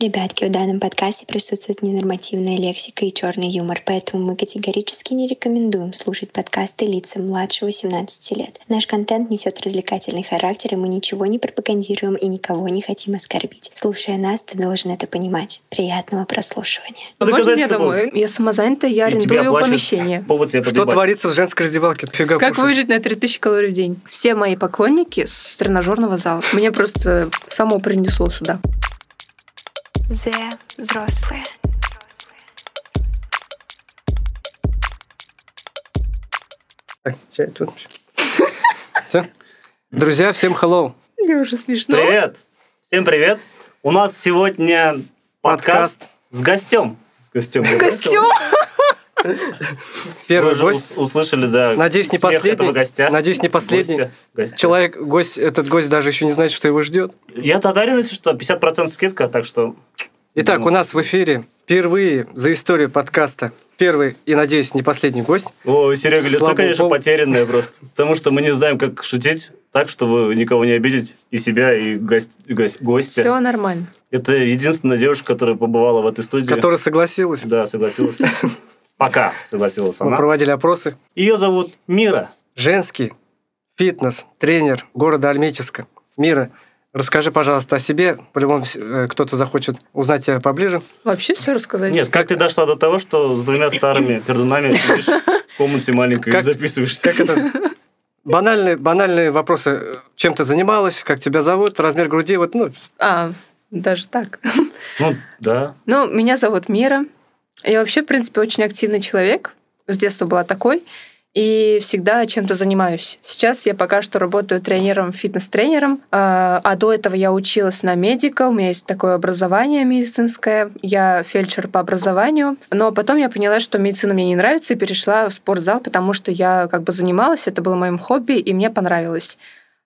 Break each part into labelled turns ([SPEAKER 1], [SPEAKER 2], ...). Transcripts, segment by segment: [SPEAKER 1] Ребятки, в данном подкасте присутствует ненормативная лексика и черный юмор, поэтому мы категорически не рекомендуем слушать подкасты лицам младше 18 лет. Наш контент несет развлекательный характер, и мы ничего не пропагандируем и никого не хотим оскорбить. Слушая нас, ты должен это понимать. Приятного прослушивания.
[SPEAKER 2] Можно
[SPEAKER 3] доказать
[SPEAKER 2] я
[SPEAKER 3] с тобой?
[SPEAKER 2] домой? Я самозанята, я
[SPEAKER 3] И тебе
[SPEAKER 2] арендую
[SPEAKER 3] оплачивают
[SPEAKER 2] помещение.
[SPEAKER 3] Повод тебя
[SPEAKER 4] Что
[SPEAKER 3] подъебать.
[SPEAKER 4] творится в женской раздевалке? Фига
[SPEAKER 2] Как выжить на 3000 калорий в день? Все мои поклонники с тренажерного зала. Мне просто само принесло сюда.
[SPEAKER 1] The взрослые.
[SPEAKER 4] Так, чай тут. Всё. Друзья, всем hello.
[SPEAKER 2] Мне уже
[SPEAKER 4] Ну?
[SPEAKER 2] смешно.
[SPEAKER 3] Привет! Всем привет! У нас сегодня подкаст,
[SPEAKER 4] Подкаст.
[SPEAKER 3] с гостем. С гостем.
[SPEAKER 2] Костюм.
[SPEAKER 3] Вы
[SPEAKER 4] Первый
[SPEAKER 3] уже
[SPEAKER 4] гость.
[SPEAKER 3] ус- услышали, да,
[SPEAKER 4] Надеюсь, не
[SPEAKER 3] смех
[SPEAKER 4] последний.
[SPEAKER 3] этого гостя.
[SPEAKER 4] Надеюсь, не последний.
[SPEAKER 3] Гостя. Гостя.
[SPEAKER 4] Человек, гость, этот гость даже еще не знает, что его ждет.
[SPEAKER 3] Я татарин, если что, 50% скидка, так что...
[SPEAKER 4] Итак,
[SPEAKER 3] Ну.
[SPEAKER 4] у нас в эфире впервые за историю подкаста первый и, надеюсь, не последний гость.
[SPEAKER 3] О, Серега, лицо,
[SPEAKER 4] Слабый
[SPEAKER 3] конечно,
[SPEAKER 4] пол.
[SPEAKER 3] потерянное просто. Потому что мы не знаем, как шутить так, чтобы никого не обидеть. И себя, и, гость, и гость- гостя.
[SPEAKER 2] Все нормально.
[SPEAKER 3] Это единственная девушка, которая побывала в этой студии.
[SPEAKER 4] которая согласилась.
[SPEAKER 3] Да, согласилась. Пока согласилась
[SPEAKER 4] Мы
[SPEAKER 3] она.
[SPEAKER 4] проводили опросы.
[SPEAKER 3] Ее зовут Мира.
[SPEAKER 4] Женский фитнес, тренер города Альметьевска. Мира, расскажи, пожалуйста, о себе. По-любому э, кто-то захочет узнать тебя поближе.
[SPEAKER 2] Вообще все рассказать?
[SPEAKER 3] Нет, как ты дошла до того, что с двумя старыми пердунами сидишь в комнате маленькой и
[SPEAKER 4] Как-
[SPEAKER 3] записываешься?
[SPEAKER 4] Как это? Банальные, банальные вопросы. Э, Чем ты занималась, как тебя зовут, размер груди, вот, ну,
[SPEAKER 2] А, даже так.
[SPEAKER 3] Ну, да.
[SPEAKER 2] Ну, меня зовут Мира. Я вообще, в принципе, очень активный человек. С детства была такой. И всегда чем-то занимаюсь. Сейчас я пока что работаю тренером, фитнес-тренером. А а до этого я училась на медика. У меня есть такое образование медицинское. Я фельдшер по образованию. Но потом я поняла, что медицина мне не нравится, и перешла в спортзал, потому что я как бы занималась, это было моим хобби, и мне понравилось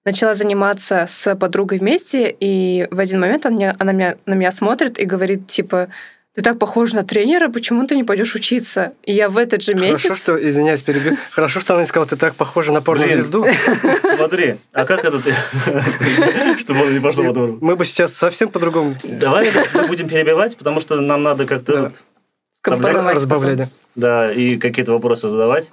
[SPEAKER 2] начала заниматься с подругой вместе, и в один момент она, меня- она меня, на меня смотрит и говорит, типа, ты так похожа на тренера, почему ты не пойдешь учиться? И я в этот же месяц...
[SPEAKER 4] хорошо, что, извиняюсь, перебью. Хорошо, что она не сказала, ты так похожа на порнозвезду.
[SPEAKER 3] Смотри, а как это ты? Чтобы он не пошел по двору.
[SPEAKER 4] Мы бы сейчас совсем по-другому
[SPEAKER 3] Давай мы будем перебивать, потому что нам надо как-то...
[SPEAKER 4] Да.
[SPEAKER 3] вот
[SPEAKER 2] Компоновать.
[SPEAKER 3] соблюдать,
[SPEAKER 2] Давай
[SPEAKER 4] разбавляли.
[SPEAKER 3] Да, и какие-то вопросы задавать.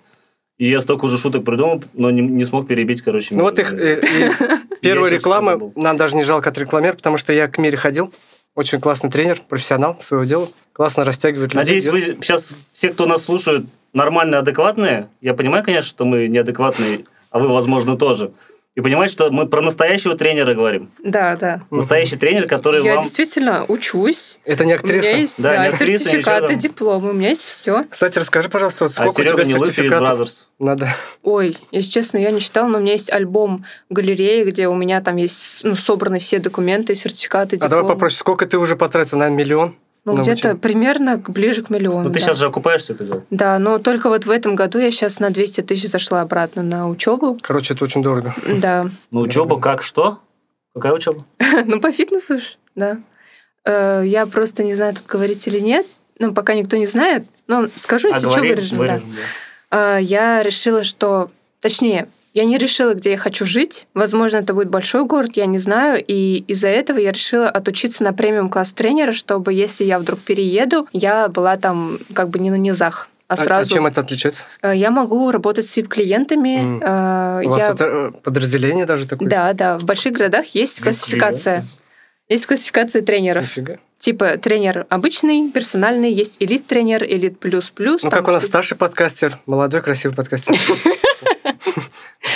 [SPEAKER 3] И я столько уже шуток придумал, но не, не смог перебить, короче.
[SPEAKER 4] Ну вот их э, и
[SPEAKER 3] Я
[SPEAKER 4] первая
[SPEAKER 3] щас
[SPEAKER 4] реклама,
[SPEAKER 3] забыл.
[SPEAKER 4] нам даже не жалко от рекламер, потому что я к Мире ходил, очень классный тренер, профессионал своего дела, классно растягивает людей.
[SPEAKER 3] Надеюсь, вы сейчас все, кто нас слушают, нормальные, адекватные. Я понимаю, конечно, что мы неадекватные, а вы, возможно, тоже. И понимаете, что мы про настоящего тренера говорим.
[SPEAKER 2] Да, да.
[SPEAKER 4] Мгм.
[SPEAKER 3] Настоящий тренер, который
[SPEAKER 2] Ну, я
[SPEAKER 3] вам...
[SPEAKER 2] действительно учусь.
[SPEAKER 4] Это не
[SPEAKER 2] У меня
[SPEAKER 4] актриса.
[SPEAKER 2] есть
[SPEAKER 3] Да,
[SPEAKER 2] да,
[SPEAKER 3] не актриса, ничего
[SPEAKER 2] сертификаты,
[SPEAKER 3] там.
[SPEAKER 2] дипломы, у меня есть все.
[SPEAKER 4] Кстати, расскажи, пожалуйста, вот
[SPEAKER 3] А
[SPEAKER 4] сколько у
[SPEAKER 3] Серега
[SPEAKER 4] тебя
[SPEAKER 3] не Лыфи из
[SPEAKER 4] сертификатов?
[SPEAKER 3] Бразерс.
[SPEAKER 4] Надо.
[SPEAKER 2] Ой, если честно, я не считала, но у меня есть альбом в галерее, где у меня там есть ну, собраны все документы, сертификаты,
[SPEAKER 4] А
[SPEAKER 2] дипломы.
[SPEAKER 4] давай попроще, сколько ты уже потратил на миллион?
[SPEAKER 2] Ну,
[SPEAKER 4] на
[SPEAKER 2] где-то
[SPEAKER 4] обучение?
[SPEAKER 2] примерно к- ближе к миллиону.
[SPEAKER 3] Ну, ты
[SPEAKER 2] да.
[SPEAKER 3] сейчас же окупаешься это дело.
[SPEAKER 2] Да, но только вот в этом году я сейчас на 200 тысяч зашла обратно на учебу.
[SPEAKER 4] Короче, это очень дорого.
[SPEAKER 2] Да.
[SPEAKER 3] Ну, учеба как что? Какая учеба?
[SPEAKER 2] Ну, по фитнесу ж, да. Э, Я просто не знаю, тут говорить или нет. Ну, пока никто не знает. Но скажу, Ну, если что,
[SPEAKER 3] А говори,
[SPEAKER 2] вырежем, да.
[SPEAKER 3] вырежем, да.
[SPEAKER 2] Э, Я решила, что... Точнее, я не решила, где я хочу жить. Возможно, это будет большой город, я не знаю. И из-за этого я решила отучиться на премиум-класс тренера, чтобы, если я вдруг перееду, я была там как бы не на низах, а
[SPEAKER 4] А- а
[SPEAKER 2] сразу...
[SPEAKER 4] чем это отличается?
[SPEAKER 2] Э, Я могу работать с вип-клиентами.
[SPEAKER 4] М.
[SPEAKER 2] э,
[SPEAKER 4] У вас
[SPEAKER 2] я-
[SPEAKER 4] это э, подразделение даже такое?
[SPEAKER 2] Да, да. В больших городах есть классификация. Есть классификация тренеров.
[SPEAKER 4] Нифига.
[SPEAKER 2] Типа тренер обычный, персональный, есть элит-тренер, элит плюс-плюс.
[SPEAKER 4] Ну,
[SPEAKER 2] там
[SPEAKER 4] как у нас
[SPEAKER 2] что-то.
[SPEAKER 4] старший подкастер, молодой красивый подкастер.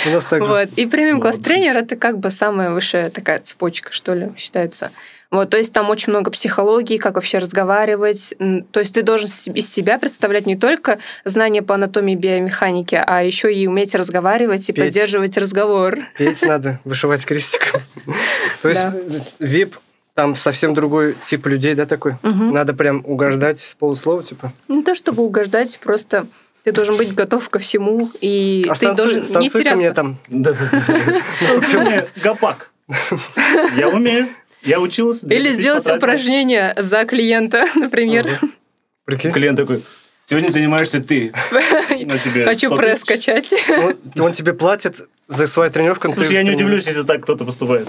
[SPEAKER 4] У нас так же.
[SPEAKER 2] Вот. И премиум-класс
[SPEAKER 3] Молодцы.
[SPEAKER 2] тренер это как бы самая высшая такая цепочка, что ли, считается. Вот, то есть там очень много психологии, как вообще разговаривать. М, То есть ты должен с- из себя представлять не только знания по анатомии и биомеханике, а еще и уметь разговаривать и
[SPEAKER 4] Петь.
[SPEAKER 2] поддерживать разговор.
[SPEAKER 4] Петь надо, вышивать крестиком. То есть
[SPEAKER 2] Да.
[SPEAKER 4] вип там совсем другой тип людей, да, такой?
[SPEAKER 2] Мгм.
[SPEAKER 4] Надо прям угождать с полуслова, типа.
[SPEAKER 2] Не то чтобы угождать, просто ты должен быть готов ко всему, и
[SPEAKER 4] А
[SPEAKER 2] ты должен не
[SPEAKER 4] станцуй-ка
[SPEAKER 2] теряться.
[SPEAKER 4] мне там.
[SPEAKER 3] Да. Гопак. Я умею. Я учился.
[SPEAKER 2] Или
[SPEAKER 3] 2000
[SPEAKER 2] сделать
[SPEAKER 3] потратил.
[SPEAKER 2] упражнение за клиента, например.
[SPEAKER 4] Мгм. Прикинь?
[SPEAKER 3] Клиент такой, сегодня занимаешься ты. На тебе
[SPEAKER 2] Хочу
[SPEAKER 3] 100
[SPEAKER 2] пресс
[SPEAKER 3] тысяч.
[SPEAKER 2] качать.
[SPEAKER 4] Он, он тебе платит за свою тренировку... ну,
[SPEAKER 3] Слушай,
[SPEAKER 4] ты-
[SPEAKER 3] я не
[SPEAKER 4] ты
[SPEAKER 3] удивлюсь, если так кто-то поступает.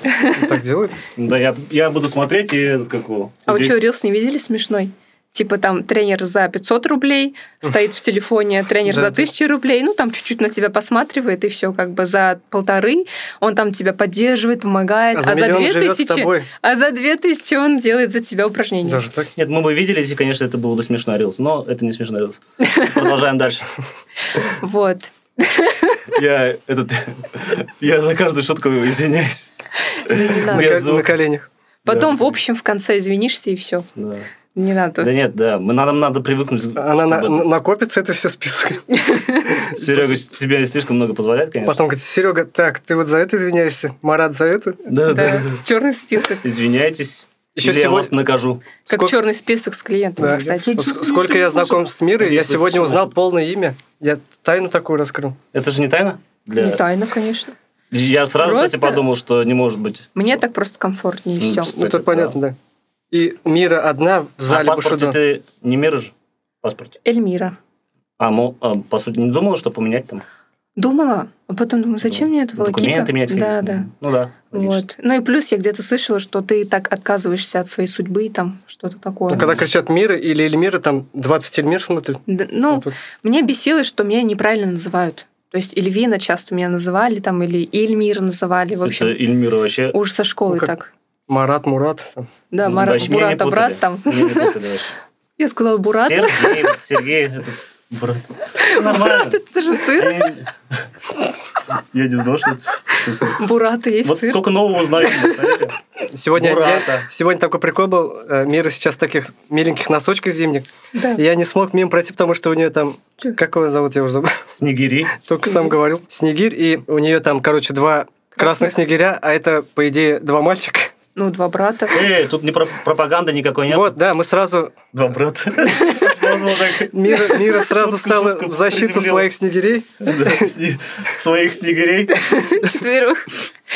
[SPEAKER 4] Так делают?
[SPEAKER 3] Да, я, я буду смотреть и этот, как его.
[SPEAKER 2] А вы
[SPEAKER 3] здесь-
[SPEAKER 2] что, Рилс не видели смешной? Типа там тренер за 500 рублей, стоит в телефоне тренер за
[SPEAKER 4] Да-да.
[SPEAKER 2] 1000 рублей, ну там чуть-чуть на тебя посматривает, и все как бы за полторы, он там тебя поддерживает, помогает, а за
[SPEAKER 4] миллион живет с
[SPEAKER 2] 2000,
[SPEAKER 4] тобой.
[SPEAKER 2] а за 2000 он делает за тебя упражнения.
[SPEAKER 4] Даже так?
[SPEAKER 3] Нет, мы бы виделись, и, конечно, это было бы смешно, Рилс, но это не смешно, Рилс. Продолжаем дальше.
[SPEAKER 2] Вот.
[SPEAKER 3] Я этот... Я за каждую шутку извиняюсь.
[SPEAKER 2] Да не
[SPEAKER 4] На,
[SPEAKER 2] надо.
[SPEAKER 3] Без
[SPEAKER 4] ко-
[SPEAKER 3] звука.
[SPEAKER 4] на коленях.
[SPEAKER 2] Потом, в
[SPEAKER 3] Да.
[SPEAKER 2] общем, в конце извинишься, и все.
[SPEAKER 3] Да.
[SPEAKER 2] Не надо.
[SPEAKER 3] Да нет, да, мы- нам надо привыкнуть.
[SPEAKER 4] Она на-
[SPEAKER 3] чтобы-
[SPEAKER 4] на- накопится, это все список.
[SPEAKER 3] Серега себе слишком много позволяет, конечно.
[SPEAKER 4] Потом говорит, Серега, так, ты вот за это извиняешься, Марат за это.
[SPEAKER 3] Да, да.
[SPEAKER 2] Черный список.
[SPEAKER 3] Извиняйтесь.
[SPEAKER 4] Еще
[SPEAKER 3] Или я
[SPEAKER 4] сегодня-
[SPEAKER 3] вас накажу.
[SPEAKER 2] Как
[SPEAKER 4] Сколько-
[SPEAKER 2] черный список с клиентами,
[SPEAKER 4] Да.
[SPEAKER 2] кстати.
[SPEAKER 4] Ск- Сколько я знаком с Мирой, я
[SPEAKER 3] Надеюсь, вы
[SPEAKER 4] сегодня
[SPEAKER 3] слышали.
[SPEAKER 4] узнал полное имя. Я тайну такую раскрыл.
[SPEAKER 3] Это же не тайна? Для-
[SPEAKER 2] Не тайна, конечно.
[SPEAKER 3] Я сразу,
[SPEAKER 2] Просто-
[SPEAKER 3] кстати, подумал, что не может быть. А
[SPEAKER 2] Мне так просто комфортнее, и
[SPEAKER 3] Ну,
[SPEAKER 2] все.
[SPEAKER 3] кстати,
[SPEAKER 4] Ну, это понятно, да. И Мира одна в
[SPEAKER 3] А
[SPEAKER 4] зале
[SPEAKER 3] паспорте
[SPEAKER 4] Бушудо.
[SPEAKER 3] ты не мира же? Паспорт.
[SPEAKER 2] Эльмира.
[SPEAKER 3] А, мо- а, по сути, не думала, что поменять там? ну,
[SPEAKER 2] Думала, а потом думаю, зачем мне это волокита?
[SPEAKER 3] Документы менять,
[SPEAKER 2] Да,
[SPEAKER 3] конечно.
[SPEAKER 2] да.
[SPEAKER 3] Ну да, логично.
[SPEAKER 2] Вот. Ну и плюс я где-то слышала, что ты так отказываешься от своей судьбы, там что-то такое.
[SPEAKER 4] Ну, когда кричат Мира или Эльмира, там 20 Эльмир внутри.
[SPEAKER 2] Да, ну, мне бесило, что меня неправильно называют. То есть Эльвина часто меня называли, там, или Эльмира называли, в
[SPEAKER 3] Это
[SPEAKER 2] общем.
[SPEAKER 3] Эльмира вообще...
[SPEAKER 2] Уж со школы
[SPEAKER 4] Ну, как-
[SPEAKER 2] так.
[SPEAKER 4] Марат, Мурат. там.
[SPEAKER 2] Да,
[SPEAKER 3] э, ну,
[SPEAKER 2] Марат,
[SPEAKER 3] вообще меня не
[SPEAKER 2] Бурат, а
[SPEAKER 3] путали.
[SPEAKER 2] брат там.
[SPEAKER 3] Меня не путали вообще.
[SPEAKER 2] Я сказала Бурат.
[SPEAKER 3] Сергей, вот Сергей, этот... Брат. Нормально.
[SPEAKER 2] Это же сыр.
[SPEAKER 3] Я не знал, что это сосед.
[SPEAKER 2] Бурата есть
[SPEAKER 3] Вот
[SPEAKER 2] сыр.
[SPEAKER 3] сколько нового узнаем, смотрите.
[SPEAKER 4] Сегодня, я-
[SPEAKER 3] Мурата.
[SPEAKER 4] сегодня такой прикол был. э, Мира сейчас в таких миленьких носочках зимних.
[SPEAKER 2] Да.
[SPEAKER 4] И Я не смог мимо пройти, потому что у нее там...
[SPEAKER 2] Чё?
[SPEAKER 4] Как его зовут? Я уже забыл.
[SPEAKER 3] Снегири.
[SPEAKER 4] Только
[SPEAKER 2] Снегирь.
[SPEAKER 4] сам говорил. Снегирь. И у нее там, короче, два
[SPEAKER 2] Красных.
[SPEAKER 4] красных, снегиря, а это, по идее, два мальчика.
[SPEAKER 2] Ну, два брата.
[SPEAKER 3] Эй, Э, тут не про- пропаганды никакой нет.
[SPEAKER 4] Вот, да, мы сразу...
[SPEAKER 3] Два брата. Назвал так.
[SPEAKER 4] Мира, Мира сразу
[SPEAKER 3] Шутка,
[SPEAKER 4] стала
[SPEAKER 3] шутка,
[SPEAKER 4] в защиту
[SPEAKER 3] приземлил.
[SPEAKER 4] своих снегирей.
[SPEAKER 3] Да, сни- Своих снегирей.
[SPEAKER 2] Четверых.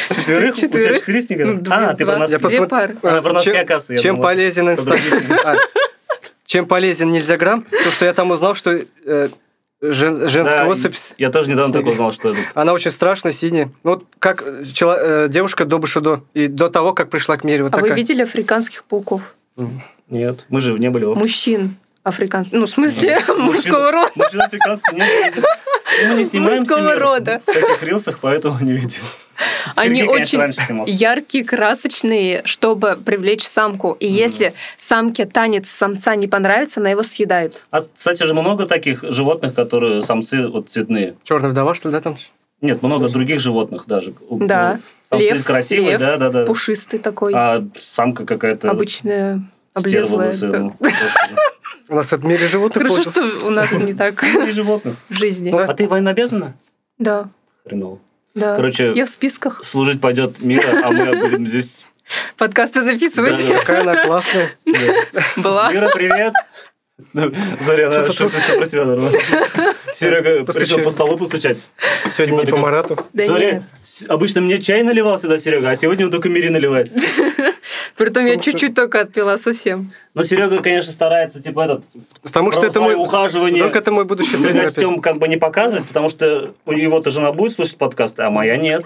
[SPEAKER 3] Четверых? У тебя
[SPEAKER 2] Четверых.
[SPEAKER 3] четыре снегиря?
[SPEAKER 2] Ну, два-
[SPEAKER 3] А, ты
[SPEAKER 2] два.
[SPEAKER 3] про нас...
[SPEAKER 4] Я
[SPEAKER 2] Две
[SPEAKER 4] посмотр-
[SPEAKER 2] пары.
[SPEAKER 3] Она про носки,
[SPEAKER 4] А, Чем-
[SPEAKER 3] оказывается, я
[SPEAKER 4] Чем
[SPEAKER 3] думала.
[SPEAKER 4] полезен
[SPEAKER 3] Про другие
[SPEAKER 4] Инстаграм?
[SPEAKER 3] снегири.
[SPEAKER 4] А, Чем полезен Инстаграм? То, что я там узнал, что э, жен- женская
[SPEAKER 3] Да,
[SPEAKER 4] особь...
[SPEAKER 3] и- Я тоже недавно только
[SPEAKER 4] снегирь.
[SPEAKER 3] узнал, что это.
[SPEAKER 4] Она очень страшная, синяя. Вот как э, чела- э, девушка до Бушудо и до того, как пришла к мире. Вот
[SPEAKER 2] А вы
[SPEAKER 4] такая.
[SPEAKER 2] видели африканских пауков?
[SPEAKER 3] Нет, мы же не были в
[SPEAKER 2] Мужчин африканских. Ну, в смысле,
[SPEAKER 3] Мужчин-
[SPEAKER 2] мужского рода.
[SPEAKER 3] Мужчин африканских нет. Мы не снимаем
[SPEAKER 2] Мужского рода.
[SPEAKER 3] в таких рилсах, поэтому не видел.
[SPEAKER 2] Они
[SPEAKER 3] Сергей, конечно,
[SPEAKER 2] очень
[SPEAKER 3] раньше снимался.
[SPEAKER 2] яркие, красочные, чтобы привлечь самку. И если самке танец самца не понравится, она его съедает.
[SPEAKER 3] А, кстати же, много таких животных, которые самцы вот цветные.
[SPEAKER 4] Черная вдова, что ли, да, там?
[SPEAKER 3] Нет, много других животных даже. У-
[SPEAKER 2] Да.
[SPEAKER 3] ну, Самцы
[SPEAKER 2] Лев,
[SPEAKER 3] красивые,
[SPEAKER 2] лев,
[SPEAKER 3] да, да, да.
[SPEAKER 2] Пушистый такой,
[SPEAKER 3] А самка какая-то
[SPEAKER 2] обычная,
[SPEAKER 3] вот
[SPEAKER 2] облезлая.
[SPEAKER 3] стерва лысая,
[SPEAKER 2] Как-
[SPEAKER 3] ну, просто.
[SPEAKER 4] У нас это в мире животных
[SPEAKER 2] Хорошо,
[SPEAKER 4] получится.
[SPEAKER 2] что у нас не так
[SPEAKER 3] Ну, и животных.
[SPEAKER 2] в жизни.
[SPEAKER 4] Да.
[SPEAKER 3] А ты военнообязана?
[SPEAKER 2] Да,
[SPEAKER 3] Хреново.
[SPEAKER 2] да.
[SPEAKER 3] Короче,
[SPEAKER 2] Я в списках
[SPEAKER 3] Служить пойдет мира, а мы будем здесь.
[SPEAKER 2] подкасты записывать.
[SPEAKER 3] Да,
[SPEAKER 4] Какая она классная.
[SPEAKER 3] Да.
[SPEAKER 2] Была.
[SPEAKER 3] Мира, привет! Заря, она шуточка про себя нормально. Серега решил
[SPEAKER 4] Постучи.
[SPEAKER 3] по столу постучать.
[SPEAKER 4] Сегодня
[SPEAKER 3] Типа
[SPEAKER 4] не по
[SPEAKER 3] такой,
[SPEAKER 4] Марату.
[SPEAKER 2] Да
[SPEAKER 3] Смотри,
[SPEAKER 2] нет.
[SPEAKER 3] с- обычно мне чай наливал сюда Серега, а сегодня он только Мире наливает.
[SPEAKER 2] Притом я
[SPEAKER 4] Потому что-
[SPEAKER 2] чуть-чуть только отпила совсем.
[SPEAKER 3] Но Серега, конечно, старается, типа, этот...
[SPEAKER 4] Потому что
[SPEAKER 3] про
[SPEAKER 4] это
[SPEAKER 3] свои
[SPEAKER 4] мой...
[SPEAKER 3] ухаживания
[SPEAKER 4] Только это мой будущий
[SPEAKER 3] за
[SPEAKER 4] тренер
[SPEAKER 3] гостем как бы не показывать, потому что у его-то жена будет слушать подкасты, а моя нет.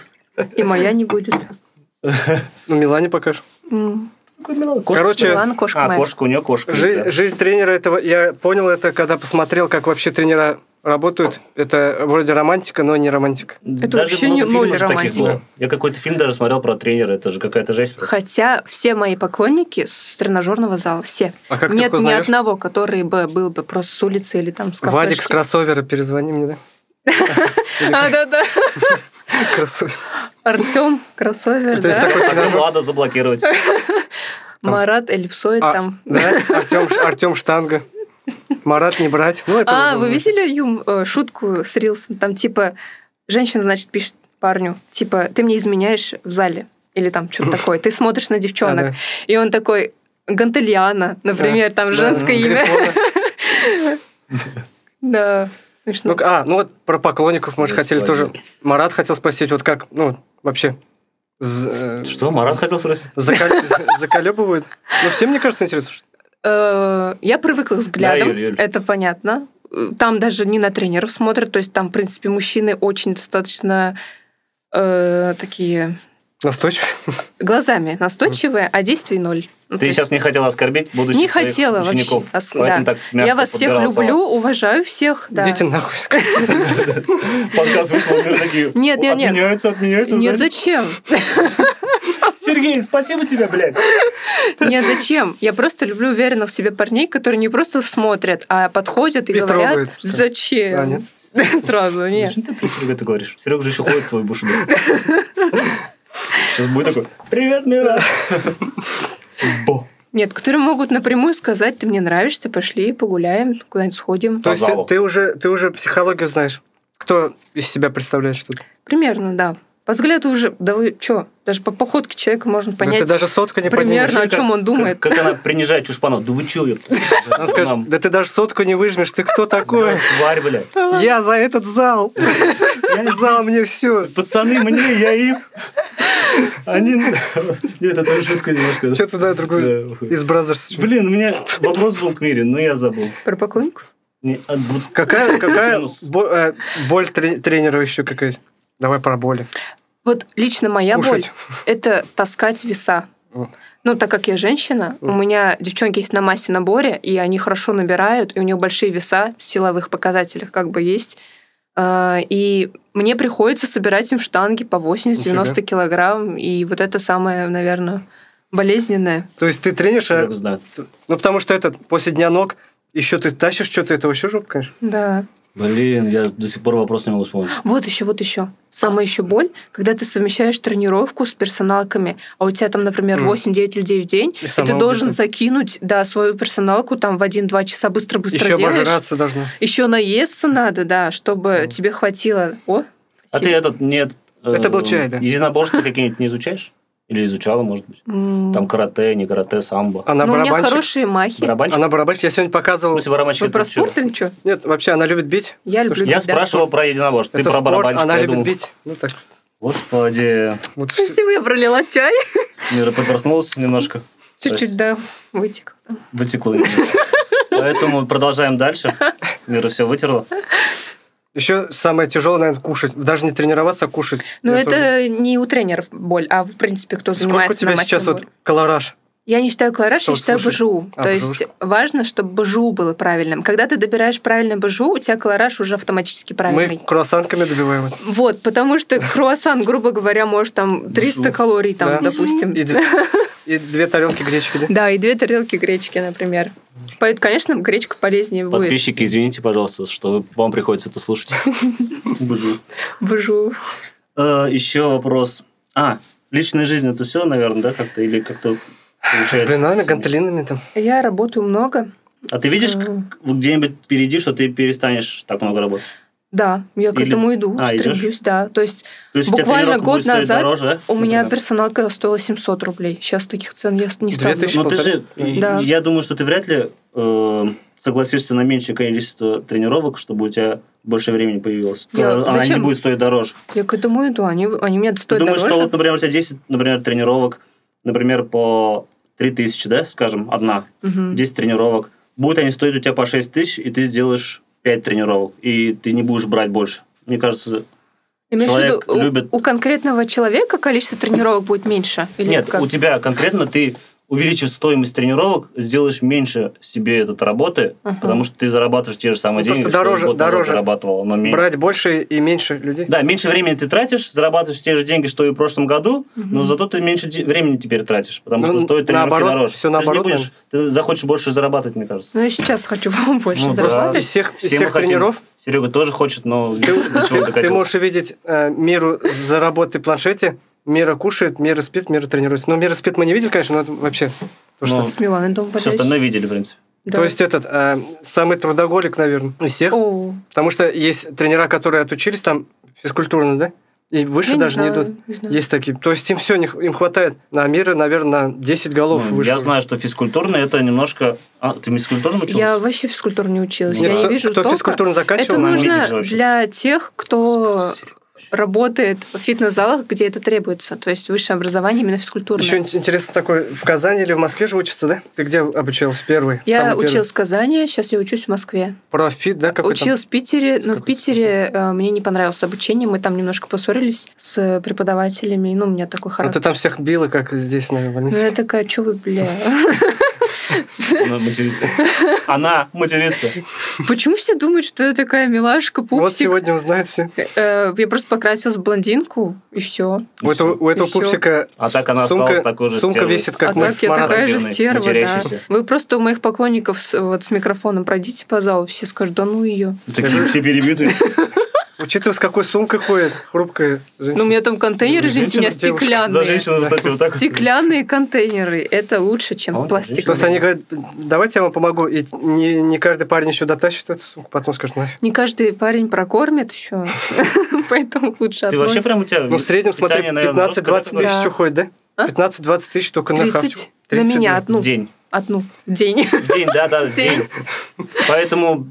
[SPEAKER 2] И моя не будет.
[SPEAKER 4] опять. Ну, Милане покажешь.
[SPEAKER 2] М.
[SPEAKER 3] Какой милый. Кошка,
[SPEAKER 4] Короче,
[SPEAKER 3] что ли?
[SPEAKER 2] Ладно, кошка
[SPEAKER 3] а,
[SPEAKER 2] моя.
[SPEAKER 3] кошка, у нее кошка. есть,
[SPEAKER 4] Жи-
[SPEAKER 3] да.
[SPEAKER 4] Жизнь тренера этого, я понял это, когда посмотрел, как вообще тренера работают. Это вроде романтика, но не романтика.
[SPEAKER 3] Даже
[SPEAKER 2] вообще
[SPEAKER 3] много
[SPEAKER 2] не-
[SPEAKER 3] фильмов
[SPEAKER 2] ноль
[SPEAKER 3] же таких
[SPEAKER 2] романтики.
[SPEAKER 3] было. Я какой-то фильм даже смотрел про тренера, это же какая-то жесть.
[SPEAKER 2] Хотя все мои поклонники с тренажерного зала, все.
[SPEAKER 4] А как ты
[SPEAKER 2] Нет
[SPEAKER 4] их
[SPEAKER 2] ни
[SPEAKER 4] узнаешь?
[SPEAKER 2] одного, который бы был бы просто с улицы или там с кафешки.
[SPEAKER 4] Вадик с кроссовера, перезвони мне, да?
[SPEAKER 2] А, да-да.
[SPEAKER 4] Кроссовер.
[SPEAKER 2] Артем, кроссовер,
[SPEAKER 4] То есть
[SPEAKER 2] да.
[SPEAKER 4] такой
[SPEAKER 3] Потом
[SPEAKER 4] тренажер.
[SPEAKER 3] Лада заблокировать.
[SPEAKER 4] там.
[SPEAKER 2] Марат, эллипсоид
[SPEAKER 4] А,
[SPEAKER 2] там.
[SPEAKER 4] Да, Артем, Артем Штанга. Марат не брать. Ну, это
[SPEAKER 2] А,
[SPEAKER 4] уже
[SPEAKER 2] вы
[SPEAKER 4] лучше.
[SPEAKER 2] видели Юм, э, шутку с Рилсом? Там типа женщина, значит, пишет парню, типа, ты мне изменяешь в зале. Или там что-то такое. Ты смотришь на девчонок.
[SPEAKER 4] Да-да.
[SPEAKER 2] И он такой, Гантельяна, например,
[SPEAKER 4] Да.
[SPEAKER 2] там
[SPEAKER 4] Да,
[SPEAKER 2] женское имя.
[SPEAKER 4] Грифона.
[SPEAKER 2] Да, смешно.
[SPEAKER 4] Ну, а, ну вот про поклонников мы же хотели
[SPEAKER 3] Господи.
[SPEAKER 4] тоже. Марат хотел спросить, вот как, ну, вообще, з- э,
[SPEAKER 3] Что, Марат хотел спросить?
[SPEAKER 4] закал- заколебывают? Ну, всем, мне кажется, интересно. что-
[SPEAKER 2] Э, Я привыкла к взглядам,
[SPEAKER 3] Юль, Юль.
[SPEAKER 2] это понятно. Э, Там даже не на тренеров смотрят, то есть там, в принципе, мужчины очень достаточно э, такие
[SPEAKER 4] Настойчив.
[SPEAKER 2] глазами настойчивые, а действий ноль. Ну, то
[SPEAKER 3] Ты
[SPEAKER 2] есть
[SPEAKER 3] сейчас не хотела оскорбить будущих
[SPEAKER 2] не
[SPEAKER 3] своих
[SPEAKER 2] хотела
[SPEAKER 3] учеников.
[SPEAKER 2] вообще. Ос-
[SPEAKER 3] Поэтому
[SPEAKER 2] да.
[SPEAKER 3] так мягко
[SPEAKER 2] Я вас всех
[SPEAKER 3] подбирала
[SPEAKER 2] люблю,
[SPEAKER 3] слова.
[SPEAKER 2] уважаю всех. Да.
[SPEAKER 4] Идите нахуй.
[SPEAKER 3] Подкаст вышел, мы такие,
[SPEAKER 2] Нет, нет, нет.
[SPEAKER 3] Отменяются, отменяются.
[SPEAKER 2] Нет,
[SPEAKER 3] знаешь.
[SPEAKER 2] зачем?
[SPEAKER 3] Сергей, спасибо тебе, блядь.
[SPEAKER 2] Нет, зачем? Я просто люблю уверенных в себе парней, которые не просто смотрят, а подходят и
[SPEAKER 4] И
[SPEAKER 2] говорят,
[SPEAKER 4] трогают. А, нет.
[SPEAKER 2] зачем? Сразу, нет.
[SPEAKER 3] Почему ты про Серега ты говоришь? Серега же еще ходит в твою бушу. Сейчас будет такой, привет, мира. Бо.
[SPEAKER 2] Нет, которые могут напрямую сказать, ты мне нравишься, пошли погуляем, куда-нибудь сходим.
[SPEAKER 4] То есть
[SPEAKER 3] залу.
[SPEAKER 4] ты- ты уже, ты уже психологию знаешь. Кто из себя представляет что-то?
[SPEAKER 2] Примерно, да. По взгляду уже, да вы что, даже по походке человека можно
[SPEAKER 4] Да
[SPEAKER 2] понять.
[SPEAKER 4] Ну, ты даже сотку не
[SPEAKER 2] примерно. а
[SPEAKER 4] поднимешь.
[SPEAKER 2] о чем он думает?
[SPEAKER 3] Как, как она принижает чушпанов. Да вы чё, ёпта?
[SPEAKER 4] Она скажет,
[SPEAKER 3] Нам.
[SPEAKER 4] да ты даже сотку не выжмешь, ты кто такой?
[SPEAKER 3] Блядь, Тварь, блядь.
[SPEAKER 4] Я за этот зал.
[SPEAKER 3] Я
[SPEAKER 4] Зал
[SPEAKER 3] здесь.
[SPEAKER 4] мне все.
[SPEAKER 3] Пацаны, мне, я им. Они... Нет, это уже шутка немножко.
[SPEAKER 4] Что-то да, другой
[SPEAKER 3] Да, хуй.
[SPEAKER 4] из Бразерс.
[SPEAKER 3] Блин, у меня вопрос был к мире, но я забыл.
[SPEAKER 2] Про поклонников?
[SPEAKER 3] Не, а вот ну,
[SPEAKER 4] Какая, какая
[SPEAKER 3] Минус.
[SPEAKER 4] бо- э, боль тре- тренера еще какая? Давай про боли.
[SPEAKER 2] Вот лично моя боль
[SPEAKER 4] Кушать.
[SPEAKER 2] – это таскать веса.
[SPEAKER 4] О.
[SPEAKER 2] Ну, так как я женщина, у
[SPEAKER 4] О.
[SPEAKER 2] меня девчонки есть на массе наборе, и они хорошо набирают, и у них большие веса в силовых показателях как бы есть. А, И мне приходится собирать им штанги по 80-90
[SPEAKER 4] Нифига.
[SPEAKER 2] килограмм, и вот это самое, наверное, болезненное.
[SPEAKER 4] То есть ты тренишь, а-
[SPEAKER 3] Серега знает.
[SPEAKER 4] ну потому что этот после дня ног еще ты тащишь что-то, это вообще жопа, конечно.
[SPEAKER 2] Да.
[SPEAKER 3] Блин, я до сих пор вопрос не могу вспомнить.
[SPEAKER 2] Вот еще, вот еще. Самая еще боль, когда ты совмещаешь тренировку с персоналками, а у тебя там, например,
[SPEAKER 4] Мгм.
[SPEAKER 2] 8-9 людей в день,
[SPEAKER 4] И
[SPEAKER 2] и, ты
[SPEAKER 4] самоубийство.
[SPEAKER 2] должен закинуть, да, свою персоналку там в 1-2 часа быстро-быстро
[SPEAKER 4] Еще
[SPEAKER 2] делаешь.
[SPEAKER 4] обожраться должно.
[SPEAKER 2] Еще наесться надо, да, чтобы
[SPEAKER 4] Мгм.
[SPEAKER 2] тебе хватило. О,
[SPEAKER 3] А ты этот, нет... э,
[SPEAKER 4] Это был чай, да. Ну.
[SPEAKER 3] Единоборство какие-нибудь не изучаешь? Или изучала, может быть? Там
[SPEAKER 2] там
[SPEAKER 3] карате, не карате, самбо.
[SPEAKER 4] Она
[SPEAKER 2] ну, у меня
[SPEAKER 4] барабанщик.
[SPEAKER 2] хорошие махи.
[SPEAKER 3] Барабанщик?
[SPEAKER 4] А Она барабанщик. Я сегодня показывал.
[SPEAKER 3] В смысле, барабанщик
[SPEAKER 2] Вы
[SPEAKER 3] это
[SPEAKER 2] про
[SPEAKER 3] чё?
[SPEAKER 2] спорт или что?
[SPEAKER 4] Нет, вообще она любит бить.
[SPEAKER 2] Я люблю.
[SPEAKER 3] Я
[SPEAKER 2] бить, да.
[SPEAKER 3] спрашивал про единоборство, ты
[SPEAKER 4] это
[SPEAKER 3] про
[SPEAKER 4] спорт,
[SPEAKER 3] барабанщика.
[SPEAKER 4] она
[SPEAKER 3] я
[SPEAKER 4] любит
[SPEAKER 3] думал,
[SPEAKER 4] бить. Ну так.
[SPEAKER 3] Господи,
[SPEAKER 4] Вот
[SPEAKER 2] Спасибо, я пролила чай.
[SPEAKER 3] мира подвернулась немножко.
[SPEAKER 2] Чуть-чуть, да, вытек.
[SPEAKER 3] Вытекло немного. Поэтому продолжаем дальше. Мира все вытерла.
[SPEAKER 4] Еще самое тяжелое, наверное, кушать. Даже не тренироваться, а кушать.
[SPEAKER 2] Но
[SPEAKER 4] Я тоже-
[SPEAKER 2] Ну, это не у тренеров боль, а в принципе, кто
[SPEAKER 4] Сколько у
[SPEAKER 2] занимается
[SPEAKER 4] тебя
[SPEAKER 2] на массе
[SPEAKER 4] сейчас
[SPEAKER 2] наборе.
[SPEAKER 4] вот колораж?
[SPEAKER 2] Я не считаю клараж,
[SPEAKER 4] Что
[SPEAKER 2] я
[SPEAKER 4] вот
[SPEAKER 2] считаю
[SPEAKER 4] слушай?
[SPEAKER 2] БЖУ.
[SPEAKER 4] А,
[SPEAKER 2] То
[SPEAKER 4] БЖУшка.
[SPEAKER 2] есть важно, чтобы БЖУ было правильным. Когда ты добираешь правильное БЖУ, у тебя колораж уже автоматически
[SPEAKER 4] Мы
[SPEAKER 2] правильный.
[SPEAKER 4] круассанками добиваем. это.
[SPEAKER 2] Вот, потому что круассан, грубо говоря, может там 300
[SPEAKER 3] БЖУ.
[SPEAKER 2] калорий, там,
[SPEAKER 4] Да.
[SPEAKER 2] допустим.
[SPEAKER 4] И, две- и две тарелки гречки. да?
[SPEAKER 2] Да, и две тарелки гречки, например. Поэтому, конечно, гречка полезнее будет.
[SPEAKER 3] Подписчики, извините, пожалуйста, что вам приходится это слушать. Бжу.
[SPEAKER 2] БЖУ.
[SPEAKER 3] Э, Еще вопрос. А, личная жизнь это все, наверное, да, как-то или как-то
[SPEAKER 4] С
[SPEAKER 3] получается?
[SPEAKER 4] блинами, гантелинами там.
[SPEAKER 2] Я работаю много.
[SPEAKER 3] А ты видишь
[SPEAKER 2] Э,
[SPEAKER 3] к- где-нибудь впереди, что ты перестанешь так много работать?
[SPEAKER 2] Да, я к
[SPEAKER 3] Или-
[SPEAKER 2] этому иду,
[SPEAKER 3] А, идёшь?
[SPEAKER 2] стремлюсь, да. То есть
[SPEAKER 3] То есть у тебя
[SPEAKER 2] Буквально
[SPEAKER 3] тренировка
[SPEAKER 2] год
[SPEAKER 3] будет стоить
[SPEAKER 2] назад
[SPEAKER 3] дороже, да?
[SPEAKER 2] у меня
[SPEAKER 3] Например.
[SPEAKER 2] персоналка стоила 700 рублей. Сейчас таких цен я не ставлю.
[SPEAKER 4] 2000
[SPEAKER 3] Ну ты же,
[SPEAKER 2] Да.
[SPEAKER 3] я думаю, что ты вряд ли э, согласишься на меньшее количество тренировок, чтобы у тебя больше времени появилось.
[SPEAKER 2] Я-
[SPEAKER 3] Она не
[SPEAKER 2] зачем?
[SPEAKER 3] будет стоить дороже.
[SPEAKER 2] Я к этому иду, они, они у меня
[SPEAKER 3] Ты
[SPEAKER 2] стоят
[SPEAKER 3] думаешь,
[SPEAKER 2] дороже.
[SPEAKER 3] что вот, например, у тебя 10, например, тренировок, например, по 3000, да, скажем, одна,
[SPEAKER 2] Мгм.
[SPEAKER 3] 10 тренировок. Будут они стоить у тебя по 6 тысяч, и ты сделаешь 5 тренировок, и ты не будешь брать больше. Мне кажется,
[SPEAKER 2] Имеешь в виду,
[SPEAKER 3] Человек
[SPEAKER 2] у-
[SPEAKER 3] любит-
[SPEAKER 2] у, конкретного человека количество тренировок будет меньше? Или
[SPEAKER 3] нет,
[SPEAKER 2] как?
[SPEAKER 3] у тебя конкретно ты увеличишь стоимость тренировок, сделаешь меньше себе этот работы,
[SPEAKER 2] Ага.
[SPEAKER 3] потому что ты зарабатываешь те же самые
[SPEAKER 4] Ну, просто
[SPEAKER 3] деньги, что
[SPEAKER 4] дороже-
[SPEAKER 3] год назад
[SPEAKER 4] дороже.
[SPEAKER 3] зарабатывал, но меньше.
[SPEAKER 4] Брать больше и меньше людей.
[SPEAKER 3] Да, меньше времени ты тратишь, зарабатываешь те же деньги, что и в прошлом году,
[SPEAKER 2] Мгм.
[SPEAKER 3] но зато ты меньше де- времени теперь тратишь, потому
[SPEAKER 4] Ну,
[SPEAKER 3] что стоит тренировки
[SPEAKER 4] наоборот,
[SPEAKER 3] дороже. Ты
[SPEAKER 4] всё
[SPEAKER 3] же не
[SPEAKER 4] наоборот,
[SPEAKER 3] будешь- ты захочешь больше зарабатывать, мне кажется.
[SPEAKER 2] Ну, я сейчас хочу вам больше
[SPEAKER 3] Ну да.
[SPEAKER 4] Из
[SPEAKER 2] зарабатывать.
[SPEAKER 4] всех, из
[SPEAKER 3] Все мы
[SPEAKER 4] всех
[SPEAKER 3] хотим.
[SPEAKER 4] тренеров
[SPEAKER 3] Серега тоже хочет, но до чего
[SPEAKER 4] ты можешь
[SPEAKER 3] докатился.
[SPEAKER 4] увидеть э, миру за работой планшете. Мира кушает, мира спит, мира тренируется. Но мира спит мы не видели, конечно, но это вообще. то, что-
[SPEAKER 3] Ну,
[SPEAKER 2] С Миланой дома
[SPEAKER 3] Все остальное видели, в принципе.
[SPEAKER 4] То есть этот э, самый трудоголик, наверное, из всех.
[SPEAKER 2] О,
[SPEAKER 4] Потому что есть тренера, которые отучились там физкультурно, да? И выше
[SPEAKER 2] я
[SPEAKER 4] даже не,
[SPEAKER 2] не, знаю,
[SPEAKER 4] идут.
[SPEAKER 2] не знаю.
[SPEAKER 4] Есть такие. То есть им все, им хватает. На мира, наверное, на 10 голов
[SPEAKER 3] Ну,
[SPEAKER 4] выше.
[SPEAKER 3] Я знаю, что физкультурный это немножко... А, ты физкультурно учился?
[SPEAKER 2] Я вообще физкультуру не училась.
[SPEAKER 3] Нет,
[SPEAKER 2] я
[SPEAKER 4] кто,
[SPEAKER 2] не вижу
[SPEAKER 4] кто
[SPEAKER 2] толка.
[SPEAKER 4] физкультуру заканчивал,
[SPEAKER 2] Это
[SPEAKER 3] ну,
[SPEAKER 4] наверное,
[SPEAKER 3] видите
[SPEAKER 2] нужно
[SPEAKER 3] же вообще.
[SPEAKER 2] для тех, кто работает в фитнес-залах, где это требуется, то есть высшее образование именно физкультурное.
[SPEAKER 4] Еще ин- интересно такое, в Казани или в Москве же учатся, да? Ты где обучался первый?
[SPEAKER 2] Я
[SPEAKER 4] самый первый?
[SPEAKER 2] училась в Казани, сейчас я учусь в Москве.
[SPEAKER 4] Профит, да, какой там?
[SPEAKER 2] Училась в Питере, но в
[SPEAKER 4] Какой-то
[SPEAKER 2] Питере э, мне не понравилось обучение, мы там немножко поссорились с преподавателями, ну, у меня такой
[SPEAKER 4] Ну, ты
[SPEAKER 2] характер.
[SPEAKER 4] там всех била, как здесь, наверное, в
[SPEAKER 2] Ну,
[SPEAKER 4] больнице.
[SPEAKER 2] я такая, что вы, бля,
[SPEAKER 3] Она матерится. Она матерится.
[SPEAKER 2] почему все думают, что я такая милашка,
[SPEAKER 4] Вот
[SPEAKER 2] пупсик?
[SPEAKER 4] сегодня узнают все.
[SPEAKER 2] Э, Я просто покрасилась в блондинку, и все.
[SPEAKER 3] И
[SPEAKER 4] У этого,
[SPEAKER 3] всё.
[SPEAKER 4] у этого
[SPEAKER 2] всё.
[SPEAKER 4] пупсика
[SPEAKER 3] А так она осталась такой же
[SPEAKER 4] сумка
[SPEAKER 3] стервой.
[SPEAKER 4] весит, как
[SPEAKER 2] а
[SPEAKER 4] мы
[SPEAKER 2] так
[SPEAKER 4] с
[SPEAKER 2] я
[SPEAKER 4] Маратом.
[SPEAKER 2] такая же
[SPEAKER 3] Маратовной,
[SPEAKER 2] стерва, да.
[SPEAKER 3] матерящейся.
[SPEAKER 2] Вы просто у моих поклонников с, вот, с микрофоном пройдите по залу, все скажут, да ну ее.
[SPEAKER 3] Такие все перебиты.
[SPEAKER 4] Учитывая, с какой сумкой ходит хрупкая женщина.
[SPEAKER 2] Ну, у меня там контейнеры, извините, у меня
[SPEAKER 4] Женщина, девушка.
[SPEAKER 3] За
[SPEAKER 2] стеклянные.
[SPEAKER 3] женщину, кстати, вот так вот.
[SPEAKER 2] Стеклянные контейнеры. Это лучше,
[SPEAKER 3] А
[SPEAKER 2] чем
[SPEAKER 3] он
[SPEAKER 4] Просто они
[SPEAKER 2] пластиковые.
[SPEAKER 4] говорят, давайте я вам помогу. И не, не каждый парень еще дотащит эту сумку, потом скажет, нафиг.
[SPEAKER 2] Не каждый парень прокормит еще, поэтому лучше
[SPEAKER 3] Ты вообще
[SPEAKER 2] одной.
[SPEAKER 3] прям у тебя...
[SPEAKER 4] Ну, в среднем, смотри,
[SPEAKER 3] питание, наверное,
[SPEAKER 4] 15-20
[SPEAKER 3] жёсткое
[SPEAKER 4] тысяч
[SPEAKER 2] Да.
[SPEAKER 4] уходит, да?
[SPEAKER 2] А?
[SPEAKER 4] 15-20 тысяч только на хавчик.
[SPEAKER 2] 30 на меня
[SPEAKER 4] 32.
[SPEAKER 3] такое.
[SPEAKER 2] одну.
[SPEAKER 3] В день.
[SPEAKER 2] Одну. В день.
[SPEAKER 3] В день, да-да, в
[SPEAKER 2] ну, День.
[SPEAKER 3] день. Поэтому...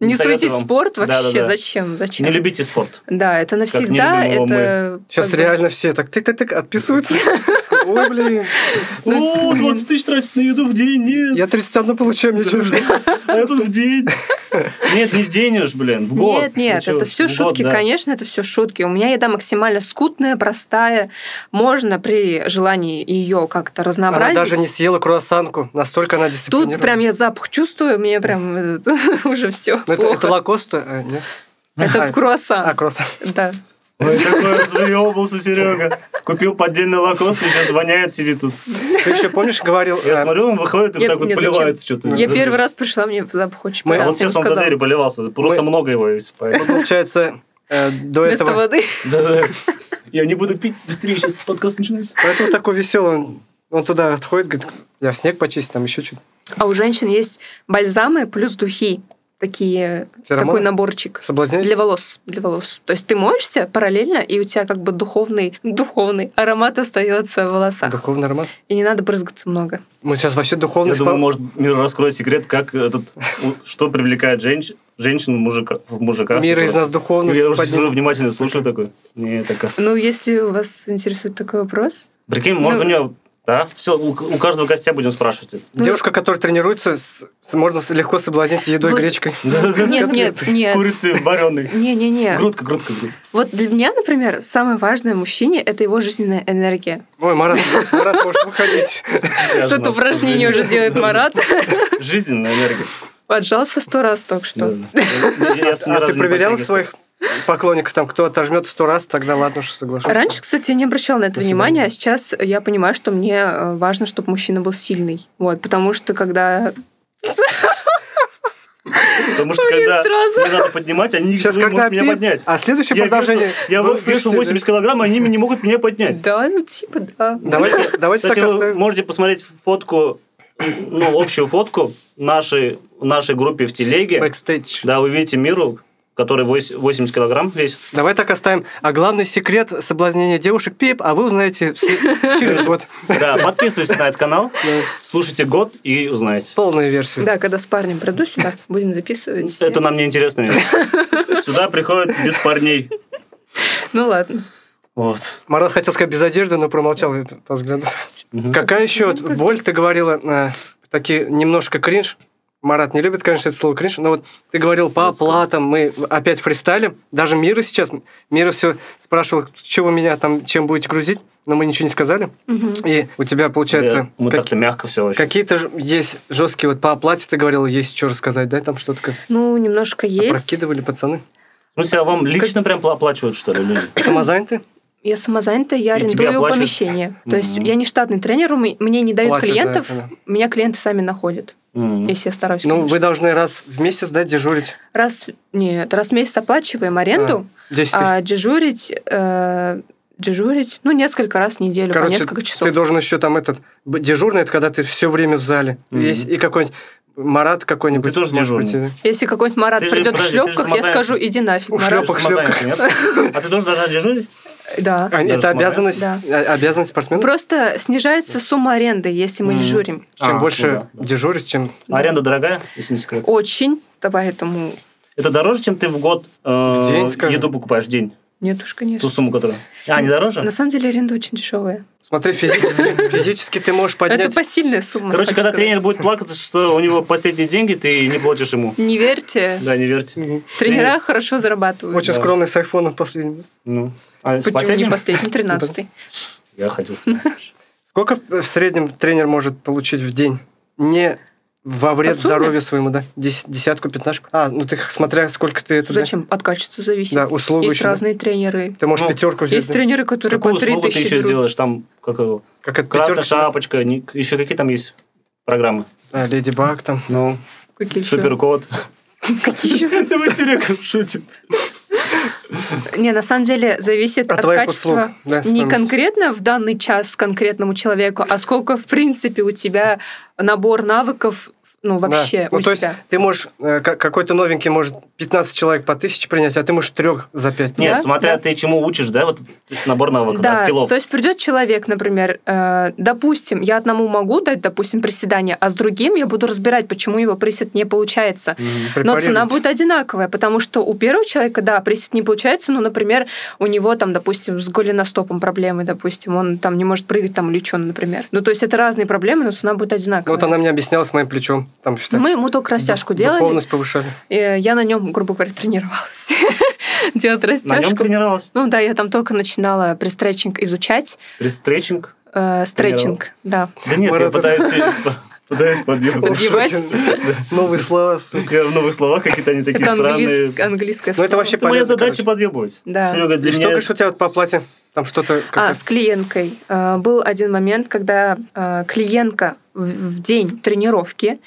[SPEAKER 2] Не
[SPEAKER 3] советую
[SPEAKER 2] суйте
[SPEAKER 3] вам.
[SPEAKER 2] спорт вообще.
[SPEAKER 3] Да-да-да.
[SPEAKER 2] Зачем?
[SPEAKER 3] Не
[SPEAKER 2] Зачем?
[SPEAKER 3] любите спорт.
[SPEAKER 2] Да, это навсегда.
[SPEAKER 3] нелюбимого
[SPEAKER 2] Это
[SPEAKER 4] Сейчас
[SPEAKER 2] как бы-
[SPEAKER 4] реально все так тык-тык-тык отписываются. Ой, блин,
[SPEAKER 2] Ну,
[SPEAKER 3] О, 20 Ну, тысяч тратить на еду в день, нет.
[SPEAKER 4] я 31 получаю, мне что ждать?
[SPEAKER 3] А это в день. Нет, не в день уж, блин, в год.
[SPEAKER 2] Нет, нет,
[SPEAKER 3] Ну чё,
[SPEAKER 2] это все
[SPEAKER 3] в год,
[SPEAKER 2] шутки,
[SPEAKER 3] да.
[SPEAKER 2] конечно, это все шутки. У меня еда максимально скутная, простая. Можно при желании ее как-то
[SPEAKER 4] Она
[SPEAKER 2] разнообразить.
[SPEAKER 4] даже не съела круассанку, настолько она дисциплинирована.
[SPEAKER 2] Тут прям я запах чувствую, мне прям э, уже все
[SPEAKER 4] Ну, это, это
[SPEAKER 2] плохо.
[SPEAKER 4] лакоста? а, нет?
[SPEAKER 2] Это в
[SPEAKER 4] А,
[SPEAKER 2] круассан.
[SPEAKER 4] круассан.
[SPEAKER 2] Да.
[SPEAKER 3] Ой, Ну, такой разъебался Серега. Купил поддельный лакост и сейчас воняет, сидит тут.
[SPEAKER 4] Ты еще помнишь, говорил...
[SPEAKER 3] Я
[SPEAKER 4] а,
[SPEAKER 3] смотрю, он выходит и
[SPEAKER 2] Нет,
[SPEAKER 3] так вот
[SPEAKER 2] нет,
[SPEAKER 3] поливается что-то.
[SPEAKER 2] Я первый раз пришла, мне запах очень
[SPEAKER 4] Мы-
[SPEAKER 3] А вот
[SPEAKER 2] понравился. я
[SPEAKER 3] сейчас он за
[SPEAKER 2] сказала.
[SPEAKER 3] дверью поливался. Просто
[SPEAKER 4] Мы-
[SPEAKER 3] много его есть.
[SPEAKER 4] Ну, Получается, э, до
[SPEAKER 2] Вместо
[SPEAKER 4] этого...
[SPEAKER 2] воды.
[SPEAKER 3] Да-да. Я не буду пить, быстрее сейчас подкаст начинается.
[SPEAKER 4] Поэтому такой веселый. Он, он туда отходит, говорит, я снег почистил, там еще чуть.
[SPEAKER 2] А у женщин есть бальзамы плюс духи. Такие,
[SPEAKER 4] Феромоны?
[SPEAKER 2] такой наборчик.
[SPEAKER 4] Соблазнились?
[SPEAKER 2] Для волос, для волос. То есть ты моешься параллельно, и у тебя как бы духовный, духовный аромат остается в волосах.
[SPEAKER 4] Духовный аромат.
[SPEAKER 2] И не надо брызгаться много.
[SPEAKER 4] Мы сейчас вообще духовный
[SPEAKER 3] Я думаю,
[SPEAKER 4] спа-
[SPEAKER 3] может, мир раскроет секрет, как этот, у- что привлекает женщ- женщин в мужика- в мужиках.
[SPEAKER 4] Мир
[SPEAKER 3] типа.
[SPEAKER 4] из нас духовность
[SPEAKER 3] Я уже
[SPEAKER 4] поднимет.
[SPEAKER 3] сижу, внимательно слушаю такой. Не, это кос-
[SPEAKER 2] Ну, если у вас интересует такой вопрос,
[SPEAKER 3] Прикинь, может,
[SPEAKER 2] ну-
[SPEAKER 3] у нее... Да, все, у, у каждого гостя будем спрашивать это.
[SPEAKER 2] ну-
[SPEAKER 4] Девушка, которая тренируется, с- с- можно с- легко соблазнить едой
[SPEAKER 2] Вот.
[SPEAKER 4] гречкой.
[SPEAKER 2] Нет, нет, нет.
[SPEAKER 3] С курицей вареной.
[SPEAKER 2] не-не-не.
[SPEAKER 3] Грудка, грудка, грудка.
[SPEAKER 2] Вот для меня, например, самое важное в мужчине – это его жизненная энергия.
[SPEAKER 4] Ой, Марат, Марат может выходить.
[SPEAKER 2] Тут
[SPEAKER 3] Связано обсуждение.
[SPEAKER 2] упражнение уже делает Марат.
[SPEAKER 3] Жизненная энергия.
[SPEAKER 2] Отжался сто раз только что.
[SPEAKER 3] Да. Я- я ни
[SPEAKER 4] А
[SPEAKER 3] разу
[SPEAKER 4] ты
[SPEAKER 3] не
[SPEAKER 4] проверял
[SPEAKER 3] подтягивался.
[SPEAKER 4] своих поклонников, там, кто отожмет сто раз, тогда ладно, что соглашусь.
[SPEAKER 2] Раньше, кстати, я не обращала на это
[SPEAKER 4] До
[SPEAKER 2] внимания,
[SPEAKER 4] свидания.
[SPEAKER 2] а сейчас я понимаю, что мне э, важно, чтобы мужчина был сильный. Вот, потому что когда...
[SPEAKER 3] Потому что
[SPEAKER 2] Блин,
[SPEAKER 3] когда
[SPEAKER 2] сразу.
[SPEAKER 3] мне надо поднимать, они не
[SPEAKER 4] Сейчас,
[SPEAKER 3] могут
[SPEAKER 4] когда...
[SPEAKER 3] меня
[SPEAKER 4] пи-
[SPEAKER 3] поднять.
[SPEAKER 4] А следующее
[SPEAKER 3] Я
[SPEAKER 4] продолжение...
[SPEAKER 3] вешу- Я
[SPEAKER 4] вы
[SPEAKER 3] вот вешу
[SPEAKER 4] слышите,
[SPEAKER 3] 80 килограмм, а они не могут меня поднять.
[SPEAKER 2] Да, ну типа да.
[SPEAKER 4] да? Давайте давайте так
[SPEAKER 3] Кстати, ну, вы
[SPEAKER 4] оставим.
[SPEAKER 3] можете посмотреть фотку, ну, общую фотку нашей, нашей группе в телеге.
[SPEAKER 4] Бэкстейдж.
[SPEAKER 3] Да, вы видите миру, который вось- 80 килограмм весит.
[SPEAKER 4] Давай так оставим. А главный секрет соблазнения девушек пип, а вы узнаете в след- через год.
[SPEAKER 3] Да, подписывайтесь на этот канал, слушайте год и узнаете.
[SPEAKER 4] Полную версию.
[SPEAKER 2] Да, когда с парнем приду сюда, будем записывать. все.
[SPEAKER 3] Это нам не интересно. Мира. Сюда приходят без парней.
[SPEAKER 2] Ну ладно.
[SPEAKER 3] Вот.
[SPEAKER 4] Марат хотел сказать без одежды, но промолчал я по взгляду.
[SPEAKER 3] Мгм.
[SPEAKER 4] Какая еще вот боль, ты говорила, э, такие немножко кринж. Марат не любит, конечно, это слово кринж, но вот ты говорил по
[SPEAKER 3] Вот скажу.
[SPEAKER 4] оплатам, мы опять фристайлим. Даже Мира сейчас, Мира все спрашивал, чего меня там, чем будете грузить, но мы ничего не сказали.
[SPEAKER 2] Мгм.
[SPEAKER 4] И у тебя,
[SPEAKER 3] Да,
[SPEAKER 4] получается,
[SPEAKER 3] Мы
[SPEAKER 4] как-
[SPEAKER 3] так-то мягко все очень.
[SPEAKER 4] какие-то ж- есть жесткие, вот по оплате ты говорил, есть что рассказать, да, там что-то как
[SPEAKER 2] Ну, немножко есть.
[SPEAKER 4] прокидывали пацаны.
[SPEAKER 3] В смысле, а вам лично прям пла- оплачивают, что ли? люди?
[SPEAKER 4] Самозаняты?
[SPEAKER 2] Я самозанята, я
[SPEAKER 3] И тебе
[SPEAKER 2] арендую
[SPEAKER 3] оплачивают?
[SPEAKER 2] помещение. То есть
[SPEAKER 3] Мгм.
[SPEAKER 2] я не штатный тренер, у ме- мне не дают
[SPEAKER 4] Платят, да,
[SPEAKER 2] клиентов,
[SPEAKER 4] это да.
[SPEAKER 2] меня клиенты сами находят,
[SPEAKER 3] М.
[SPEAKER 2] если я стараюсь.
[SPEAKER 4] Ну,
[SPEAKER 2] конечно.
[SPEAKER 4] вы должны раз в месяц, да, дежурить.
[SPEAKER 2] Раз, нет, раз в месяц оплачиваем аренду,
[SPEAKER 4] А, 10 тысяч.
[SPEAKER 2] а дежурить, э, дежурить, ну, несколько раз в неделю, по несколько часов.
[SPEAKER 4] Ты должен еще там этот б- дежурный, это когда ты все время в зале.
[SPEAKER 3] Мгм.
[SPEAKER 4] Есть и какой-нибудь Марат какой-нибудь.
[SPEAKER 3] Ты тоже
[SPEAKER 4] может быть, э,
[SPEAKER 3] дежурный.
[SPEAKER 4] и-
[SPEAKER 2] Если какой-нибудь Марат
[SPEAKER 3] Ты же,
[SPEAKER 2] придет в
[SPEAKER 3] подожди, ты же
[SPEAKER 2] шлепках, я
[SPEAKER 3] самозанятый.
[SPEAKER 2] скажу, иди нафиг,
[SPEAKER 4] В
[SPEAKER 2] Марат.
[SPEAKER 4] шлёпках.
[SPEAKER 3] Самозанятый, нет? А ты тоже должна дежурить?
[SPEAKER 2] Да.
[SPEAKER 4] А,
[SPEAKER 3] Даже
[SPEAKER 4] это
[SPEAKER 3] смотря-
[SPEAKER 4] обязанность,
[SPEAKER 2] Да.
[SPEAKER 4] а- обязанность спортсмена.
[SPEAKER 2] Просто снижается сумма аренды, если мы
[SPEAKER 3] Мгм.
[SPEAKER 2] дежурим.
[SPEAKER 4] Чем
[SPEAKER 3] А,
[SPEAKER 4] больше
[SPEAKER 3] ну да, да.
[SPEAKER 4] дежуришь, чем
[SPEAKER 3] А Аренда дорогая, если не секрет.
[SPEAKER 2] Очень, поэтому
[SPEAKER 3] Это дороже, чем ты в год э,
[SPEAKER 4] день, скажем.
[SPEAKER 3] еду покупаешь в день.
[SPEAKER 2] Нет уж, конечно.
[SPEAKER 3] Ту сумму, которая... А, они дороже?
[SPEAKER 2] На самом деле аренда очень дешевая.
[SPEAKER 4] Смотри, физически, физически ты можешь
[SPEAKER 2] Это
[SPEAKER 4] поднять...
[SPEAKER 2] посильная сумма.
[SPEAKER 3] Короче,
[SPEAKER 2] так
[SPEAKER 3] когда
[SPEAKER 2] сказать.
[SPEAKER 3] тренер будет плакаться, что у него последние деньги, ты не платишь ему.
[SPEAKER 2] Не верьте,
[SPEAKER 3] Да, не верьте.
[SPEAKER 4] Мгм.
[SPEAKER 2] Ну, тренера
[SPEAKER 3] Тренер с-
[SPEAKER 2] хорошо зарабатывают.
[SPEAKER 4] Очень
[SPEAKER 3] Да.
[SPEAKER 4] скромный с айфоном последним.
[SPEAKER 3] Ну, а с
[SPEAKER 2] Почему
[SPEAKER 3] последним?
[SPEAKER 2] не последний, тринадцатый?
[SPEAKER 3] Я хотел сказать.
[SPEAKER 4] Сколько в в среднем тренер может получить в день? Не во вред
[SPEAKER 2] сумме?
[SPEAKER 4] здоровью своему, да? Дес- Десятку, пятнашку. А, ну ты смотря сколько ты это...
[SPEAKER 2] Зачем? От качества зависит.
[SPEAKER 4] Да, услугу
[SPEAKER 2] Есть
[SPEAKER 4] еще, да.
[SPEAKER 2] разные тренеры.
[SPEAKER 4] Ты можешь
[SPEAKER 3] Ну,
[SPEAKER 4] пятерку взять.
[SPEAKER 2] Есть
[SPEAKER 4] да?
[SPEAKER 2] тренеры, которые по
[SPEAKER 3] Какую
[SPEAKER 2] три
[SPEAKER 3] услугу ты
[SPEAKER 2] тысячи
[SPEAKER 3] еще
[SPEAKER 2] берут.
[SPEAKER 3] сделаешь? Там как его?
[SPEAKER 4] Как это
[SPEAKER 3] Красная
[SPEAKER 4] пятерка?
[SPEAKER 3] шапочка, ни- еще какие там есть программы?
[SPEAKER 4] А, Леди Баг там.
[SPEAKER 3] Ну,
[SPEAKER 2] Какие еще?
[SPEAKER 3] суперкот. Давай Серега шутит.
[SPEAKER 2] Не, на самом деле зависит
[SPEAKER 4] От
[SPEAKER 2] от,
[SPEAKER 4] твоих услуг,
[SPEAKER 2] качества
[SPEAKER 4] да,
[SPEAKER 2] не
[SPEAKER 4] стоимость.
[SPEAKER 2] конкретно в данный час конкретному человеку, а сколько, в принципе, у тебя набор навыков, ну, вообще
[SPEAKER 4] Да. Ну,
[SPEAKER 2] у
[SPEAKER 4] то
[SPEAKER 2] тебя.
[SPEAKER 4] есть ты можешь, э, ка- какой-то новенький может 15 человек по тысяче принять, а ты можешь трех за пять.
[SPEAKER 3] Нет,
[SPEAKER 2] Да,
[SPEAKER 3] смотря
[SPEAKER 2] да.
[SPEAKER 3] ты чему учишь, да, вот этот набор навыков, да,
[SPEAKER 2] да,
[SPEAKER 3] скиллов.
[SPEAKER 2] то есть придет человек, например, э, допустим, я одному могу дать, допустим, приседание, а с другим я буду разбирать, почему его присед не получается. Но Ну, цена
[SPEAKER 4] Препарировать.
[SPEAKER 2] будет одинаковая, потому что у первого человека, да, присед не получается, но, например, у него там, допустим, с голеностопом проблемы, допустим, он там не может прыгать там или что, например. Ну, то есть это разные проблемы, но цена будет одинаковая.
[SPEAKER 4] Ну, Вот она мне объясняла с моим плечом. Там, считай,
[SPEAKER 2] Мы ему только растяжку делали,
[SPEAKER 4] Духовность повышали.
[SPEAKER 2] э, я на нем, грубо говоря, тренировалась делать
[SPEAKER 3] На нем
[SPEAKER 2] растяжку.
[SPEAKER 3] тренировалась.
[SPEAKER 2] Ну да, я там только начинала пристретчинг изучать,
[SPEAKER 3] Пристретчинг.
[SPEAKER 2] э, стретчинг, да.
[SPEAKER 3] Да нет, я
[SPEAKER 4] Марат,
[SPEAKER 3] пытаюсь пытаюсь подъехать.
[SPEAKER 2] Подъебать.
[SPEAKER 4] Новые слова. сука.
[SPEAKER 3] Я в новых словах какие-то они такие
[SPEAKER 2] Это
[SPEAKER 3] странные.
[SPEAKER 2] английск- английское
[SPEAKER 4] Ну, это
[SPEAKER 2] слово.
[SPEAKER 4] вообще
[SPEAKER 3] Это моя
[SPEAKER 4] понятно,
[SPEAKER 3] задача
[SPEAKER 4] короче.
[SPEAKER 3] подъебывать.
[SPEAKER 2] Да.
[SPEAKER 3] Серега, для
[SPEAKER 4] И что,
[SPEAKER 3] меня...
[SPEAKER 4] говоришь, у тебя вот по оплате? Там что-то...
[SPEAKER 2] А,
[SPEAKER 4] какая-
[SPEAKER 2] с клиенткой. Э, Был один момент, когда э, клиентка в- в день тренировки,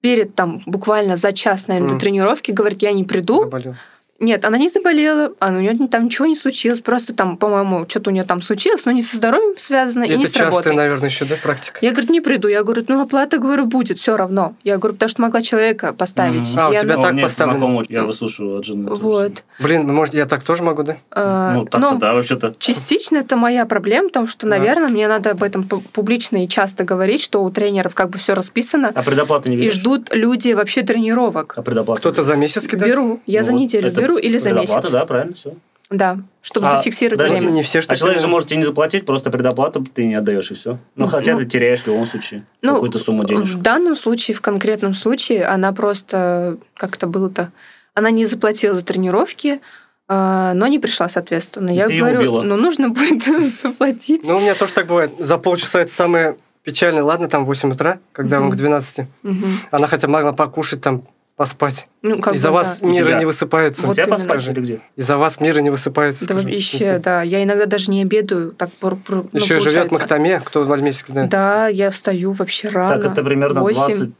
[SPEAKER 2] перед там буквально за час, наверное,
[SPEAKER 4] Мгм.
[SPEAKER 2] до тренировки, говорит, я не приду.
[SPEAKER 4] Заболел.
[SPEAKER 2] Нет, она не заболела, а у нее там ничего не случилось, просто там, по-моему, что-то у нее там случилось, но не со здоровьем связано и,
[SPEAKER 4] это
[SPEAKER 2] не с работой.
[SPEAKER 4] частая, наверное, еще, да, практика?
[SPEAKER 2] Я, говорит, не приду. Я говорю, ну оплата, говорю, будет все равно. Я говорю, потому что могла человека поставить.
[SPEAKER 3] Мгм.
[SPEAKER 4] А, у
[SPEAKER 2] И
[SPEAKER 4] тебя
[SPEAKER 2] она-
[SPEAKER 3] Ну,
[SPEAKER 4] так
[SPEAKER 3] у меня
[SPEAKER 4] поставлено.
[SPEAKER 3] знакомый, Я выслушиваю от жены.
[SPEAKER 2] Вот.
[SPEAKER 4] Блин, ну, может, я так тоже могу, да?
[SPEAKER 2] Э,
[SPEAKER 3] Ну,
[SPEAKER 2] но-
[SPEAKER 3] так-то да, вообще-то.
[SPEAKER 2] Частично это моя проблема, потому что,
[SPEAKER 4] Да.
[SPEAKER 2] наверное, мне надо об этом пу- публично и часто говорить, что у тренеров как бы все расписано,
[SPEAKER 3] А предоплаты не
[SPEAKER 2] и
[SPEAKER 3] берешь?
[SPEAKER 2] ждут люди вообще тренировок.
[SPEAKER 3] А предоплаты?
[SPEAKER 4] Кто-то за месяц кидает?
[SPEAKER 2] Беру, я за
[SPEAKER 3] Ну,
[SPEAKER 2] неделю
[SPEAKER 3] это
[SPEAKER 2] беру или за
[SPEAKER 3] предоплата,
[SPEAKER 2] месяц.
[SPEAKER 3] да, правильно, все.
[SPEAKER 2] Да, чтобы
[SPEAKER 3] А,
[SPEAKER 2] зафиксировать
[SPEAKER 3] подожди,
[SPEAKER 2] время.
[SPEAKER 4] Не все, что
[SPEAKER 3] а человек же
[SPEAKER 4] тебе-
[SPEAKER 3] может тебе не заплатить, просто предоплату ты не отдаешь, и все. Ну,
[SPEAKER 2] Ну,
[SPEAKER 3] хотя
[SPEAKER 2] ну,
[SPEAKER 3] ты теряешь в любом случае
[SPEAKER 2] ну,
[SPEAKER 3] какую-то сумму денег.
[SPEAKER 2] В данном случае, в конкретном случае, она просто как это было-то, она не заплатила за тренировки, а, но не пришла, соответственно.
[SPEAKER 3] И
[SPEAKER 2] я
[SPEAKER 3] ты её
[SPEAKER 2] говорю,
[SPEAKER 3] убила.
[SPEAKER 2] ну нужно будет заплатить.
[SPEAKER 4] Ну, у меня тоже так бывает. За полчаса это самое печальное. Ладно, там 8 утра, когда он
[SPEAKER 2] Мгм.
[SPEAKER 4] к 12.
[SPEAKER 2] Мгм.
[SPEAKER 4] Она хотя бы могла покушать там, поспать.
[SPEAKER 2] Ну, как
[SPEAKER 4] Из-за
[SPEAKER 2] бы,
[SPEAKER 4] вас
[SPEAKER 3] да. У
[SPEAKER 4] мира
[SPEAKER 3] тебя.
[SPEAKER 4] не высыпается.
[SPEAKER 3] У
[SPEAKER 2] вот
[SPEAKER 3] тебя
[SPEAKER 2] именно.
[SPEAKER 3] поспать или где?
[SPEAKER 4] Из-за вас мира не высыпается.
[SPEAKER 2] Да
[SPEAKER 4] скажем,
[SPEAKER 2] вообще,
[SPEAKER 4] честно.
[SPEAKER 2] да. Я иногда даже не обедаю, так пор- пор- ну,
[SPEAKER 4] Еще живет
[SPEAKER 2] получается.
[SPEAKER 4] Махтаме, кто в Альмейске знает.
[SPEAKER 2] Да, я встаю вообще рано.
[SPEAKER 3] Так, это примерно
[SPEAKER 2] А, Восемь.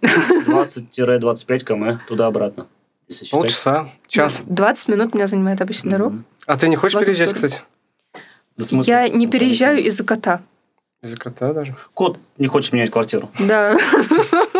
[SPEAKER 3] 20 20-25 км туда-обратно. если
[SPEAKER 4] Ну,
[SPEAKER 3] считать.
[SPEAKER 4] Полчаса, час.
[SPEAKER 2] 20 минут меня занимает обычный дорог.
[SPEAKER 3] Мгм.
[SPEAKER 4] А ты не хочешь
[SPEAKER 2] В одну
[SPEAKER 4] переезжать,
[SPEAKER 2] сторону.
[SPEAKER 4] кстати?
[SPEAKER 3] Да смысл?
[SPEAKER 2] Я не
[SPEAKER 3] Ну,
[SPEAKER 2] переезжаю
[SPEAKER 3] конечно.
[SPEAKER 2] из-за кота.
[SPEAKER 4] Из-за кота даже.
[SPEAKER 3] Кот не хочет менять квартиру.
[SPEAKER 2] Да.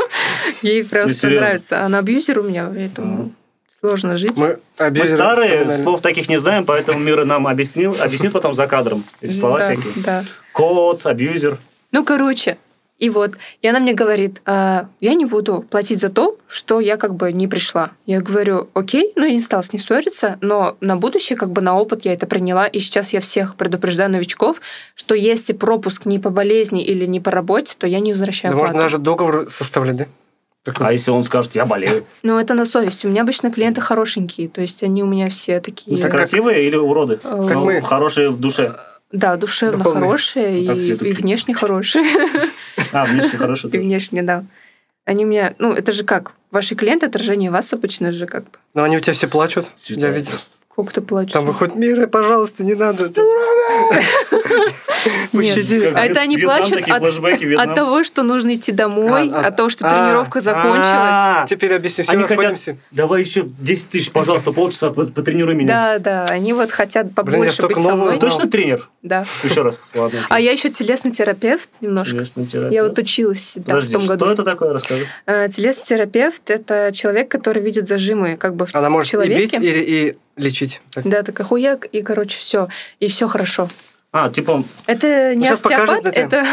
[SPEAKER 2] Ей прям
[SPEAKER 3] Ну,
[SPEAKER 2] все
[SPEAKER 3] серьёзно?
[SPEAKER 2] нравится. Она абьюзер у меня, поэтому
[SPEAKER 3] Мгм.
[SPEAKER 2] сложно жить.
[SPEAKER 4] Мы,
[SPEAKER 3] Мы
[SPEAKER 4] обидели-
[SPEAKER 3] старые,
[SPEAKER 4] вспоминали.
[SPEAKER 3] слов таких не знаем, поэтому Мира нам объяснил, объяснит потом за кадром эти слова
[SPEAKER 2] Да,
[SPEAKER 3] всякие.
[SPEAKER 2] Да.
[SPEAKER 3] Кот, абьюзер.
[SPEAKER 2] Ну, короче, и вот, и она мне говорит, «А, я не буду платить за то, что я как бы не пришла. Я говорю, окей, ну я не стала с ней ссориться, но на будущее, как бы на опыт я это приняла, и сейчас я всех предупреждаю новичков, что если пропуск не по болезни или не по работе, то я не
[SPEAKER 4] Да
[SPEAKER 2] возвращаю
[SPEAKER 4] можно
[SPEAKER 2] плату.
[SPEAKER 4] даже договор составлять, да? Такой.
[SPEAKER 3] А если он скажет, я болею?
[SPEAKER 2] Но это на совесть. У меня обычно клиенты хорошенькие, то есть они у меня все такие,
[SPEAKER 4] Ну, как-
[SPEAKER 3] Красивые или уроды?
[SPEAKER 2] э,
[SPEAKER 4] как
[SPEAKER 3] Ну,
[SPEAKER 4] мы.
[SPEAKER 3] Хорошие в душе.
[SPEAKER 2] да, душевно
[SPEAKER 4] духовные.
[SPEAKER 2] хорошие
[SPEAKER 3] Ну, так все
[SPEAKER 2] и,
[SPEAKER 3] такие.
[SPEAKER 2] и внешне хорошие.
[SPEAKER 3] А, внешне хорошие.
[SPEAKER 2] И
[SPEAKER 3] тоже.
[SPEAKER 2] внешне, да. Они у меня, ну, это же как? Ваши клиенты отражение вас обычно же как бы.
[SPEAKER 4] Но они у тебя все плачут.
[SPEAKER 3] Святая
[SPEAKER 4] Я видел.
[SPEAKER 3] просто.
[SPEAKER 2] Сколько ты плачешь?
[SPEAKER 4] Там выходит мира, пожалуйста, не надо. Пощади.
[SPEAKER 3] Как
[SPEAKER 2] А это они
[SPEAKER 3] Вьетнам,
[SPEAKER 2] плачут
[SPEAKER 3] такие
[SPEAKER 2] от-
[SPEAKER 3] флешбеки, Вьетнам.
[SPEAKER 2] От того, что нужно идти домой,
[SPEAKER 4] А, а,
[SPEAKER 2] от того, что
[SPEAKER 4] а,
[SPEAKER 2] тренировка закончилась.
[SPEAKER 3] А,
[SPEAKER 4] Теперь объясню, все
[SPEAKER 3] Они
[SPEAKER 4] расходимся.
[SPEAKER 3] хотят, давай еще 10 тысяч, пожалуйста, полчаса по- потренируй меня.
[SPEAKER 2] Да, да, они вот хотят побольше
[SPEAKER 4] столько
[SPEAKER 2] быть со
[SPEAKER 4] нового
[SPEAKER 2] мной.
[SPEAKER 3] Ты точно тренер?
[SPEAKER 2] Да.
[SPEAKER 3] Еще раз. Ладно.
[SPEAKER 2] А я еще телесный терапевт немножко.
[SPEAKER 3] Интересный терапевт.
[SPEAKER 2] Я вот училась да,
[SPEAKER 3] Подожди,
[SPEAKER 2] в том
[SPEAKER 3] что
[SPEAKER 2] году.
[SPEAKER 3] это такое? Расскажи.
[SPEAKER 2] Э, Телесный терапевт это человек, который видит зажимы, как бы в
[SPEAKER 4] Она может и бить,
[SPEAKER 2] человеке.
[SPEAKER 4] и, и лечить. Так.
[SPEAKER 2] Да, такой хуяк, и, короче, все. И все хорошо.
[SPEAKER 3] А, типа,
[SPEAKER 2] Это не
[SPEAKER 4] Сейчас покажут
[SPEAKER 2] остеопат,
[SPEAKER 4] эти-
[SPEAKER 2] это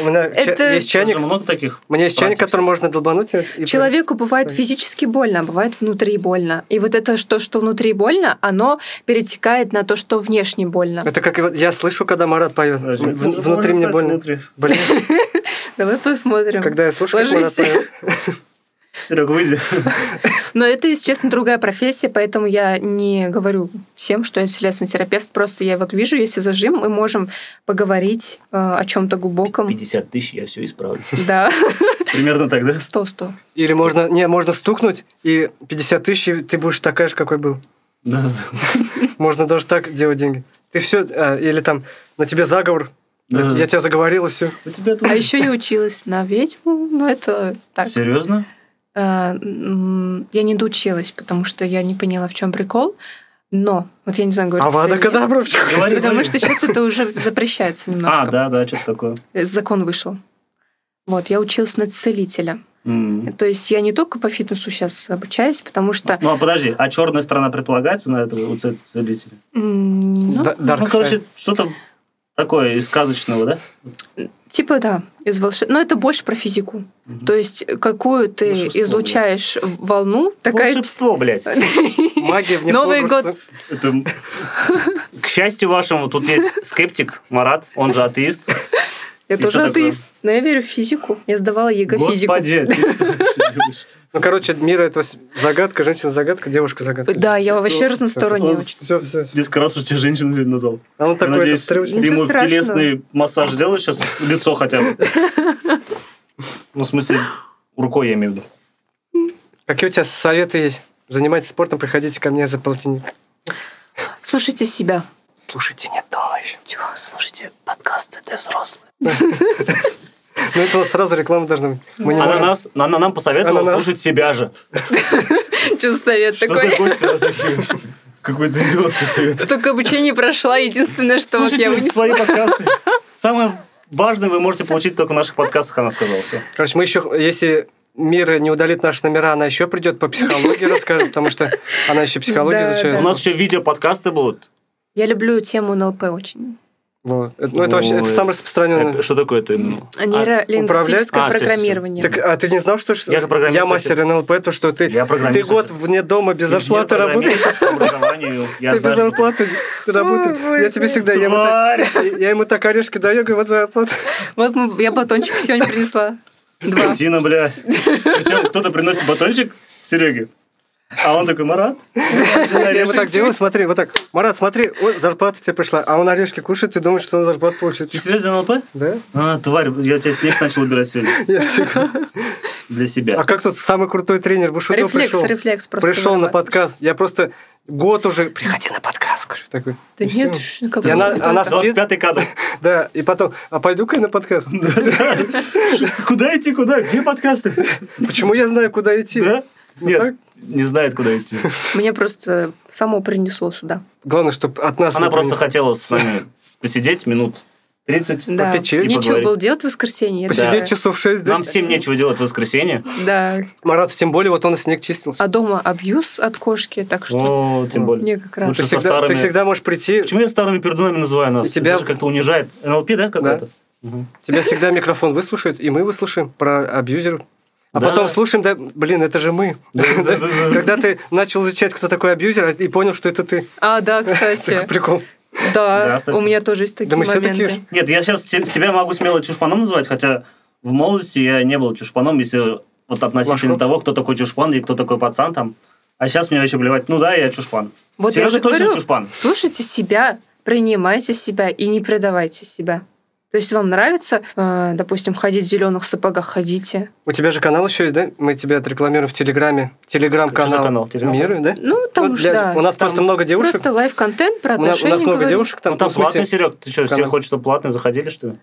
[SPEAKER 4] У меня
[SPEAKER 2] Это-
[SPEAKER 4] ча- есть
[SPEAKER 3] чайник.
[SPEAKER 4] чайник.
[SPEAKER 3] много таких.
[SPEAKER 4] У меня есть чайник,
[SPEAKER 3] практик.
[SPEAKER 4] который можно долбануть. и- и-
[SPEAKER 2] человеку бывает физически больно, а бывает внутри больно. И вот это, что, что внутри больно, оно перетекает на то, что внешне больно.
[SPEAKER 4] Это как вот я слышу, когда Марат поет.
[SPEAKER 3] Подожди, ну,
[SPEAKER 4] М, в- Внутри мне
[SPEAKER 3] кстати,
[SPEAKER 4] больно.
[SPEAKER 3] внутри.
[SPEAKER 4] Блин,
[SPEAKER 2] Давай посмотрим.
[SPEAKER 4] когда я слышу, как Марат
[SPEAKER 2] Ложись.
[SPEAKER 4] поет.
[SPEAKER 3] Серег, выйди.
[SPEAKER 2] Но это, если честно, другая профессия, поэтому я не говорю всем, что я телесный терапевт. Просто я вот вижу, если зажим, мы можем поговорить э, о чем-то глубоком.
[SPEAKER 3] 50 тысяч, я все исправлю.
[SPEAKER 2] Да,
[SPEAKER 3] Примерно так, да?
[SPEAKER 2] сто-сто.
[SPEAKER 4] Или можно, не, можно стукнуть, и 50 тысяч, и ты будешь такая же, какой был.
[SPEAKER 3] Да, да,
[SPEAKER 4] Можно даже так делать деньги. Ты все, или там, на тебе заговор,
[SPEAKER 3] да.
[SPEAKER 4] я тебя заговорил, и все.
[SPEAKER 3] У тебя тут...
[SPEAKER 2] А еще я училась на ведьму, но это так.
[SPEAKER 3] Серьезно?
[SPEAKER 2] Э, м, Я не доучилась, потому что я не поняла, в чем прикол. Но, вот я не знаю, говорю.
[SPEAKER 4] А вада когда, бро?
[SPEAKER 3] Говори,
[SPEAKER 2] Потому
[SPEAKER 3] говори.
[SPEAKER 2] что сейчас это уже запрещается немножко.
[SPEAKER 3] А, да, да, что-то такое.
[SPEAKER 2] Э, Закон вышел. Вот, я училась на целителя.
[SPEAKER 3] М.
[SPEAKER 2] То есть я не только по фитнесу сейчас обучаюсь, потому что...
[SPEAKER 3] Ну, а подожди, а черная сторона предполагается на этого у ц- целителя?
[SPEAKER 2] м, ну,
[SPEAKER 4] Да- Dark
[SPEAKER 3] Ну,
[SPEAKER 4] Side.
[SPEAKER 3] короче, что-то такое из сказочного, да?
[SPEAKER 2] Типа, да, из волшеб... Но это больше про физику.
[SPEAKER 3] Мгм.
[SPEAKER 2] То есть, какую ты
[SPEAKER 3] Волшебство,
[SPEAKER 2] излучаешь волну, такая...
[SPEAKER 3] Волшебство, блядь.
[SPEAKER 4] Магия вне
[SPEAKER 2] Новый
[SPEAKER 4] конкурса.
[SPEAKER 3] Это м- К счастью вашему, тут есть скептик Марат, он же атеист.
[SPEAKER 2] Я
[SPEAKER 3] И что
[SPEAKER 2] тоже
[SPEAKER 3] такое?
[SPEAKER 2] атеист, но я верю в физику. Я сдавала ЕГЭ физику.
[SPEAKER 3] Господи, ты что вообще делаешь?
[SPEAKER 4] Ну, короче, мир это с- загадка, женщина-загадка, девушка-загадка.
[SPEAKER 2] Да, я вообще разносторонняя очень.
[SPEAKER 4] Все, все, все.
[SPEAKER 3] Несколько раз у тебя женщину сегодня назвал.
[SPEAKER 4] А он
[SPEAKER 3] Я
[SPEAKER 4] такой, это
[SPEAKER 3] надеюсь, ты
[SPEAKER 4] стрелочник.
[SPEAKER 2] Ничего
[SPEAKER 3] ему
[SPEAKER 2] страшного.
[SPEAKER 3] телесный массаж сделаешь сейчас в лицо хотя бы. Ну, в смысле, рукой я имею в виду.
[SPEAKER 4] Какие у тебя советы есть? Занимайтесь спортом, приходите ко мне за полтинник.
[SPEAKER 2] Слушайте себя.
[SPEAKER 4] Слушайте, нет дома еще.
[SPEAKER 2] Чего?
[SPEAKER 3] Слушайте, подкасты для взрослых.
[SPEAKER 4] Ну, это у вас сразу реклама должна быть. Мы не
[SPEAKER 3] Она,
[SPEAKER 4] можем.
[SPEAKER 3] нас, она нам посоветовала
[SPEAKER 4] Ананас.
[SPEAKER 3] слушать себя же.
[SPEAKER 2] Чё за совет
[SPEAKER 3] Что за
[SPEAKER 2] такой?
[SPEAKER 3] гость у нас такие? Какой-то идиотский совет.
[SPEAKER 2] Столько обучений прошла, единственное, что вот
[SPEAKER 3] Слушайте
[SPEAKER 2] я вынесла.
[SPEAKER 3] свои подкасты. Самое важное вы можете получить только в наших подкастах, она сказала. Все.
[SPEAKER 4] Короче, мы еще, если мир не удалит наши номера, она еще придет по психологии расскажет, потому что она еще психологию
[SPEAKER 2] Да,
[SPEAKER 4] изучает.
[SPEAKER 2] да.
[SPEAKER 3] У нас еще видео-подкасты будут.
[SPEAKER 2] Я люблю тему НЛП очень.
[SPEAKER 4] Вот. Это- Ну, это вообще это
[SPEAKER 3] Ой.
[SPEAKER 4] самое распространенное.
[SPEAKER 3] Э, Что такое это именно? А,
[SPEAKER 2] Нейролингвистическое
[SPEAKER 3] управлять? А, всё, всё, всё.
[SPEAKER 2] программирование.
[SPEAKER 4] Так, а ты не знал, что что-
[SPEAKER 3] Я же программист,
[SPEAKER 4] я мастер НЛП, то что ты,
[SPEAKER 3] Я
[SPEAKER 4] ты
[SPEAKER 3] программист,
[SPEAKER 4] год
[SPEAKER 3] кстати.
[SPEAKER 4] вне дома без зарплаты работаешь?
[SPEAKER 3] Инженер-программист по образованию. Я
[SPEAKER 4] Ты без
[SPEAKER 3] знаю.
[SPEAKER 4] зарплаты работаешь. Я тебе всегда... Я ему, так,
[SPEAKER 3] Тварь!
[SPEAKER 4] я ему так орешки даю, говорю, вот зарплата.
[SPEAKER 2] Вот мы- я батончик сегодня принесла. Два.
[SPEAKER 3] Скотина, блядь. Причем кто-то приносит батончик с Сереги. А он такой, Марат.
[SPEAKER 4] Я ему так делаю, смотри, вот так. Марат, смотри, вот зарплата тебе пришла. А он орешки кушает, ты думаешь, что он зарплату получит.
[SPEAKER 3] Ты серьезно НЛП?
[SPEAKER 4] Да?
[SPEAKER 3] А, тварь, я у тебя снег начал убирать сегодня.
[SPEAKER 4] Я всегда-
[SPEAKER 3] Для себя.
[SPEAKER 4] А как тут самый крутой тренер Бушутов
[SPEAKER 2] Рефлекс,
[SPEAKER 4] пришел?
[SPEAKER 2] рефлекс просто.
[SPEAKER 4] Пришел на
[SPEAKER 2] вырабатываешь.
[SPEAKER 4] подкаст. Я просто год уже... Приходи на подкаст, говорю, такой.
[SPEAKER 2] Да
[SPEAKER 4] И
[SPEAKER 2] нет, ну,
[SPEAKER 4] всё.
[SPEAKER 2] уж, какой
[SPEAKER 4] И она-
[SPEAKER 2] крутой.
[SPEAKER 4] А она-
[SPEAKER 3] 25-й кадр.
[SPEAKER 4] Да, и потом, а пойду-ка я на подкаст.
[SPEAKER 3] Куда идти, куда? Где подкасты?
[SPEAKER 4] Почему я знаю, куда идти?
[SPEAKER 3] Да?
[SPEAKER 4] Ну
[SPEAKER 3] Нет,
[SPEAKER 4] так.
[SPEAKER 3] не знает, куда идти.
[SPEAKER 2] Меня просто само принесло сюда.
[SPEAKER 4] Главное, чтобы от нас...
[SPEAKER 3] Она
[SPEAKER 4] не
[SPEAKER 3] просто
[SPEAKER 4] принесли.
[SPEAKER 3] хотела с нами посидеть минут 30.
[SPEAKER 2] Да.
[SPEAKER 4] Попечи.
[SPEAKER 2] Нечего
[SPEAKER 3] Поговорить.
[SPEAKER 2] было делать в воскресенье. я
[SPEAKER 4] Посидеть
[SPEAKER 2] такая,
[SPEAKER 4] часов шесть. да?
[SPEAKER 3] Нам всем нечего делать в воскресенье.
[SPEAKER 2] Да.
[SPEAKER 4] Марату тем более, вот он и снег чистил.
[SPEAKER 2] А дома абьюз от кошки, так что
[SPEAKER 3] О, тем
[SPEAKER 4] Ну,
[SPEAKER 3] более.
[SPEAKER 2] мне как раз.
[SPEAKER 3] Лучше
[SPEAKER 4] Ты
[SPEAKER 3] со
[SPEAKER 4] всегда, ты
[SPEAKER 3] старыми.
[SPEAKER 4] всегда можешь прийти,
[SPEAKER 3] Почему я старыми пердунами называю нас?
[SPEAKER 4] И тебя-
[SPEAKER 3] Это же как-то унижает. НЛП, да, какой-то? Мгм.
[SPEAKER 4] тебя всегда микрофон выслушает, и мы выслушаем про абьюзеров. А
[SPEAKER 3] Да.
[SPEAKER 4] потом слушаем, да, блин, это же мы.
[SPEAKER 3] Да-да-да-да.
[SPEAKER 4] Когда ты начал изучать, кто такой абьюзер, и понял, что это ты.
[SPEAKER 2] А, да,
[SPEAKER 4] Такой
[SPEAKER 2] кстати.
[SPEAKER 4] прикол.
[SPEAKER 2] Да,
[SPEAKER 3] Да, кстати.
[SPEAKER 2] у меня тоже есть такие
[SPEAKER 4] Да мы все такие
[SPEAKER 2] моменты.
[SPEAKER 4] же.
[SPEAKER 3] Нет, я сейчас себя могу смело чушпаном называть, хотя в молодости я не был чушпаном, если вот относительно
[SPEAKER 4] Лошо.
[SPEAKER 3] того, кто такой чушпан и кто такой пацан там. А сейчас мне вообще плевать. Ну да, я чушпан.
[SPEAKER 2] Вот я
[SPEAKER 3] Сережа
[SPEAKER 2] же
[SPEAKER 3] точно
[SPEAKER 2] говорю,
[SPEAKER 3] чушпан.
[SPEAKER 2] слушайте себя, принимайте себя и не предавайте себя. То есть вам нравится, э, допустим, ходить в зеленых сапогах, ходите.
[SPEAKER 4] У тебя же канал еще есть, да? Мы тебя отрекламируем в Телеграме.
[SPEAKER 3] Что за канал?
[SPEAKER 4] Телеграм-канал.
[SPEAKER 3] Телеграм?
[SPEAKER 4] Миры, да?
[SPEAKER 2] Ну, там
[SPEAKER 4] Вот
[SPEAKER 2] уж,
[SPEAKER 4] для-
[SPEAKER 2] да.
[SPEAKER 4] У нас
[SPEAKER 2] там
[SPEAKER 4] просто много девушек.
[SPEAKER 2] Просто лайв-контент про
[SPEAKER 4] У нас, у
[SPEAKER 2] отношения
[SPEAKER 4] нас много
[SPEAKER 2] говорю.
[SPEAKER 4] девушек там.
[SPEAKER 3] Ну там
[SPEAKER 4] в смысле,
[SPEAKER 3] платный, Серег. Ты что, все
[SPEAKER 4] канал.
[SPEAKER 3] хочешь, чтобы платные заходили, что ли?